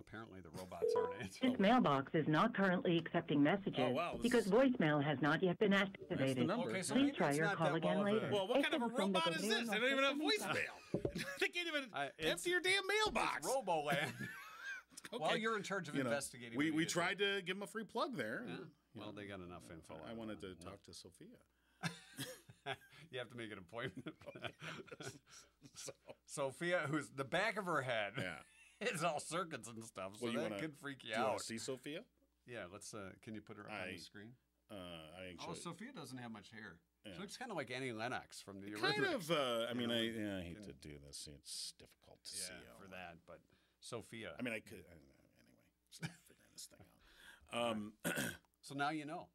[SPEAKER 2] Apparently, the robots aren't
[SPEAKER 5] This
[SPEAKER 2] answering.
[SPEAKER 5] mailbox is not currently accepting messages
[SPEAKER 3] Oh, wow, this
[SPEAKER 5] because
[SPEAKER 3] is-
[SPEAKER 5] voicemail has not yet been
[SPEAKER 3] That's the
[SPEAKER 5] activated.
[SPEAKER 3] number.
[SPEAKER 2] Okay, so
[SPEAKER 5] Please
[SPEAKER 2] maybe
[SPEAKER 5] try
[SPEAKER 2] it's
[SPEAKER 5] your
[SPEAKER 2] not
[SPEAKER 5] call
[SPEAKER 2] that
[SPEAKER 5] again
[SPEAKER 2] well of a-
[SPEAKER 5] later.
[SPEAKER 3] Well, what kind of a
[SPEAKER 5] Except from the
[SPEAKER 3] robot is this?
[SPEAKER 5] domain
[SPEAKER 3] They don't even have
[SPEAKER 5] of the-
[SPEAKER 3] voicemail. they can't even
[SPEAKER 2] I- it's-
[SPEAKER 3] empty your damn mailbox.
[SPEAKER 2] Roboland.
[SPEAKER 3] Okay.
[SPEAKER 2] While you're in charge of
[SPEAKER 3] You know,
[SPEAKER 2] investigating,
[SPEAKER 3] we,
[SPEAKER 2] when
[SPEAKER 3] we
[SPEAKER 2] get
[SPEAKER 3] tried to give him a free plug there.
[SPEAKER 2] there.
[SPEAKER 3] and,
[SPEAKER 2] Yeah.
[SPEAKER 3] you
[SPEAKER 2] Well,
[SPEAKER 3] know,
[SPEAKER 2] they got enough info.
[SPEAKER 3] I
[SPEAKER 2] on
[SPEAKER 3] wanted
[SPEAKER 2] that.
[SPEAKER 3] to talk to Sophia.
[SPEAKER 2] You have to make an appointment.
[SPEAKER 3] So,
[SPEAKER 2] Sophia, who's the back of her head
[SPEAKER 3] yeah.
[SPEAKER 2] is all circuits and stuff, so
[SPEAKER 3] Well, you
[SPEAKER 2] that
[SPEAKER 3] wanna-
[SPEAKER 2] could freak you
[SPEAKER 3] Do you want
[SPEAKER 2] out.
[SPEAKER 3] to see Sophia?
[SPEAKER 2] Yeah, let's. Uh, can you put her up on
[SPEAKER 3] I-
[SPEAKER 2] the screen?
[SPEAKER 3] Uh, I think
[SPEAKER 2] Oh,
[SPEAKER 3] she'll-
[SPEAKER 2] Sophia doesn't have much hair.
[SPEAKER 3] Yeah.
[SPEAKER 2] She looks kind of like Annie Lennox from the
[SPEAKER 3] kind
[SPEAKER 2] original.
[SPEAKER 3] of. Uh, I mean, I, yeah, I hate
[SPEAKER 2] can-
[SPEAKER 3] to do this. It's difficult to
[SPEAKER 2] yeah,
[SPEAKER 3] see
[SPEAKER 2] for
[SPEAKER 3] all-
[SPEAKER 2] that, but Sophia.
[SPEAKER 3] E I mean, I could. I don't know. Anyway, still figuring this thing out. Um,
[SPEAKER 2] so now you know.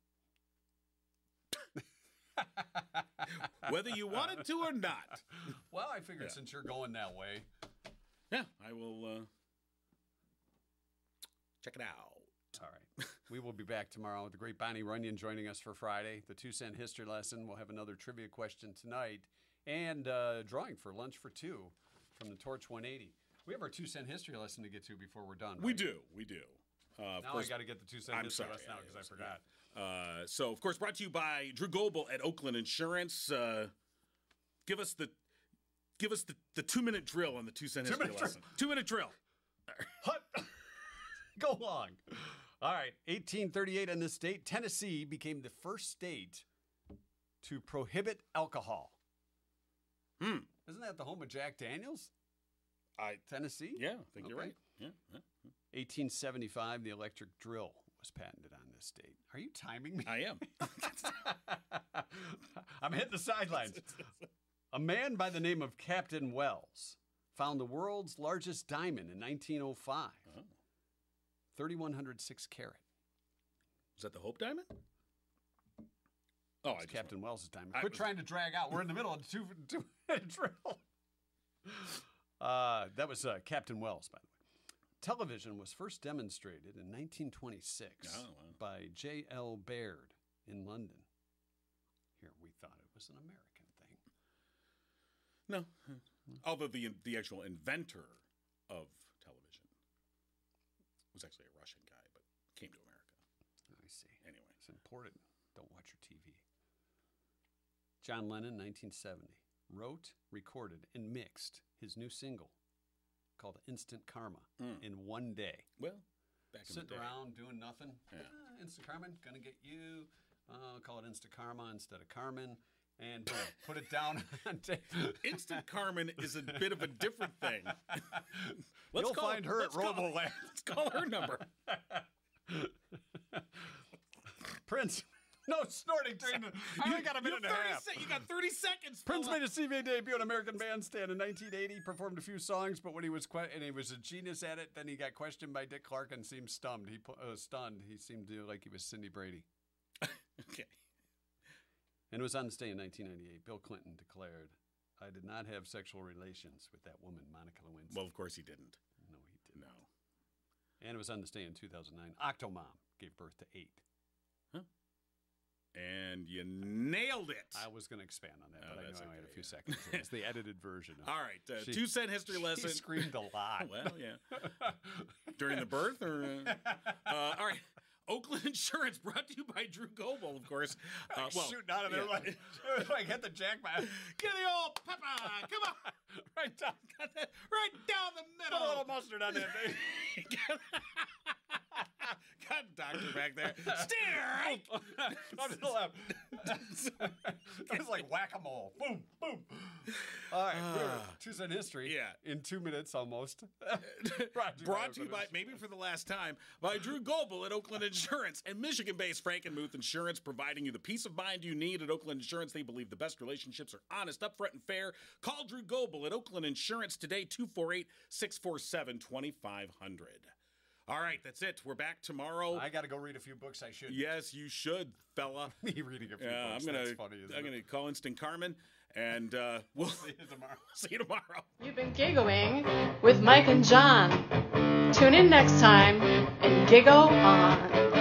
[SPEAKER 3] whether you wanted to or not.
[SPEAKER 2] Well, I figured
[SPEAKER 3] Yeah.
[SPEAKER 2] since you're going that way,
[SPEAKER 3] Yeah, I will. Uh, Check it out.
[SPEAKER 2] All right. We will be back tomorrow with the great Bonnie Runyon joining us for Friday. The two cent history lesson. We'll have another trivia question tonight and uh, drawing for lunch for two from the Torch 180. We have our two cent history lesson to get to before we're done.
[SPEAKER 3] We
[SPEAKER 2] right?
[SPEAKER 3] do. We do. Uh, of
[SPEAKER 2] Now
[SPEAKER 3] course,
[SPEAKER 2] I got to get the two cent
[SPEAKER 3] I'm
[SPEAKER 2] history
[SPEAKER 3] sorry.
[SPEAKER 2] lesson out because I forgot.
[SPEAKER 3] Uh, so, of course, brought to you by Drew Goble at Oakland Insurance. Uh, give us the give us the, the two minute drill on the two cent history
[SPEAKER 2] Two-minute drill.
[SPEAKER 3] lesson. Two minute drill.
[SPEAKER 2] Hut. Go long. All right. 1838 in this state, Tennessee became the first state to prohibit alcohol.
[SPEAKER 3] Hmm.
[SPEAKER 2] Isn't that the home of Jack Daniels?
[SPEAKER 3] I
[SPEAKER 2] Tennessee?
[SPEAKER 3] yeah, I think you're
[SPEAKER 2] Okay.
[SPEAKER 3] right. Yeah, yeah.
[SPEAKER 2] 1875, the electric drill was patented on this date. Are you timing me?
[SPEAKER 3] I am.
[SPEAKER 2] I'm hitting the sidelines. A man by the name of Captain Wells found the world's largest diamond in 1905,
[SPEAKER 3] Oh.
[SPEAKER 2] 3,106 carat.
[SPEAKER 3] Is that the Hope Diamond? Oh, I
[SPEAKER 2] It's
[SPEAKER 3] just
[SPEAKER 2] Captain Wells' diamond.
[SPEAKER 3] I
[SPEAKER 2] Quit
[SPEAKER 3] was-
[SPEAKER 2] trying to drag out. We're in the middle of two two minute drill. Uh, that was uh, Captain Wells, by the way. Television was first demonstrated in 1926
[SPEAKER 3] Oh, wow.
[SPEAKER 2] by J. L. Baird in London. Here we thought it was an American thing.
[SPEAKER 3] No. Although the the actual inventor of television was actually a Russian guy, but came to America
[SPEAKER 2] I see.
[SPEAKER 3] anyway.
[SPEAKER 2] It's important. Don't watch your TV. John Lennon, 1970, wrote, recorded, and mixed his new single called Instant Karma
[SPEAKER 3] Mm.
[SPEAKER 2] in one day.
[SPEAKER 3] Well, back in the
[SPEAKER 2] Sitting
[SPEAKER 3] day.
[SPEAKER 2] around doing nothing.
[SPEAKER 3] Yeah.
[SPEAKER 2] Ah, Instant Carmen, gonna get you. Uh, call it Insta Karma instead of Carmen. And boom, put it down on tape.
[SPEAKER 3] Instant Carmen is a bit of a different thing. Let's
[SPEAKER 2] You'll
[SPEAKER 3] call-
[SPEAKER 2] find her at
[SPEAKER 3] let's call-
[SPEAKER 2] Roboland.
[SPEAKER 3] Let's call her number.
[SPEAKER 2] Prince. No snorting during the. I only got a minute
[SPEAKER 3] you
[SPEAKER 2] and a
[SPEAKER 3] 30
[SPEAKER 2] half.
[SPEAKER 3] sec- you got 30 seconds.
[SPEAKER 2] Prince
[SPEAKER 3] Philip.
[SPEAKER 2] made his CBA debut on American Bandstand in 1980. Performed a few songs, but when he was que- and he was a genius at it, then he got questioned by Dick Clark and seemed stunned. He pu- uh, stunned. He seemed to like he was Cindy Brady.
[SPEAKER 3] Okay.
[SPEAKER 2] And it was on this day in 1998. Bill Clinton declared, "I did not have sexual relations with that woman, Monica Lewinsky."
[SPEAKER 3] Well, of course he didn't.
[SPEAKER 2] no, he didn't.
[SPEAKER 3] No.
[SPEAKER 2] And it was on this day in 2009. Octomom gave birth to eight.
[SPEAKER 3] And you nailed it.
[SPEAKER 2] I was going to expand on that,
[SPEAKER 3] Oh,
[SPEAKER 2] but I knew
[SPEAKER 3] that's
[SPEAKER 2] I only had a
[SPEAKER 3] okay,
[SPEAKER 2] few
[SPEAKER 3] yeah.
[SPEAKER 2] seconds. It was the edited version. Of
[SPEAKER 3] All right. Uh,
[SPEAKER 2] She-
[SPEAKER 3] two cent history lesson.
[SPEAKER 2] He screamed a lot.
[SPEAKER 3] well, yeah. During the birth, or uh, uh, all right. Oakland Insurance brought to you by Drew Goble, of course. Uh, well,
[SPEAKER 2] shooting out of there
[SPEAKER 3] yeah.
[SPEAKER 2] like, like hit the jackpot.
[SPEAKER 3] get the old pepper. Come on,
[SPEAKER 2] right down.
[SPEAKER 3] right down the
[SPEAKER 2] Put a
[SPEAKER 3] middle.
[SPEAKER 2] little mustard on that thing.
[SPEAKER 3] Got a doctor back there. Steer.
[SPEAKER 2] I'm to the left. it was like whack a mole. Boom, boom. All right, we were
[SPEAKER 3] Ah.
[SPEAKER 2] two cent history.
[SPEAKER 3] Yeah.
[SPEAKER 2] in two minutes almost.
[SPEAKER 3] Brought to you by, maybe for the last time, by Drew Goble at Oakland Insurance and Michigan based Frankenmuth Insurance, providing you the peace of mind you need at Oakland Insurance. They believe the best relationships are honest, upfront, and fair. Call Drew Goble at Oakland Insurance today, 248 647 2500. All right, that's it. We're back tomorrow.
[SPEAKER 2] I got to go read a few books. I should.
[SPEAKER 3] yes, you should, fella.
[SPEAKER 2] me reading a few
[SPEAKER 3] Yeah, I'm
[SPEAKER 2] books.
[SPEAKER 3] gonna,
[SPEAKER 2] That's funny. Isn't
[SPEAKER 3] I'm
[SPEAKER 2] it?
[SPEAKER 3] gonna call Instant Carmen, and uh, we'll
[SPEAKER 2] See you tomorrow.
[SPEAKER 3] see you tomorrow.
[SPEAKER 6] You've been giggling with Mike and John. Tune in next time and giggle on.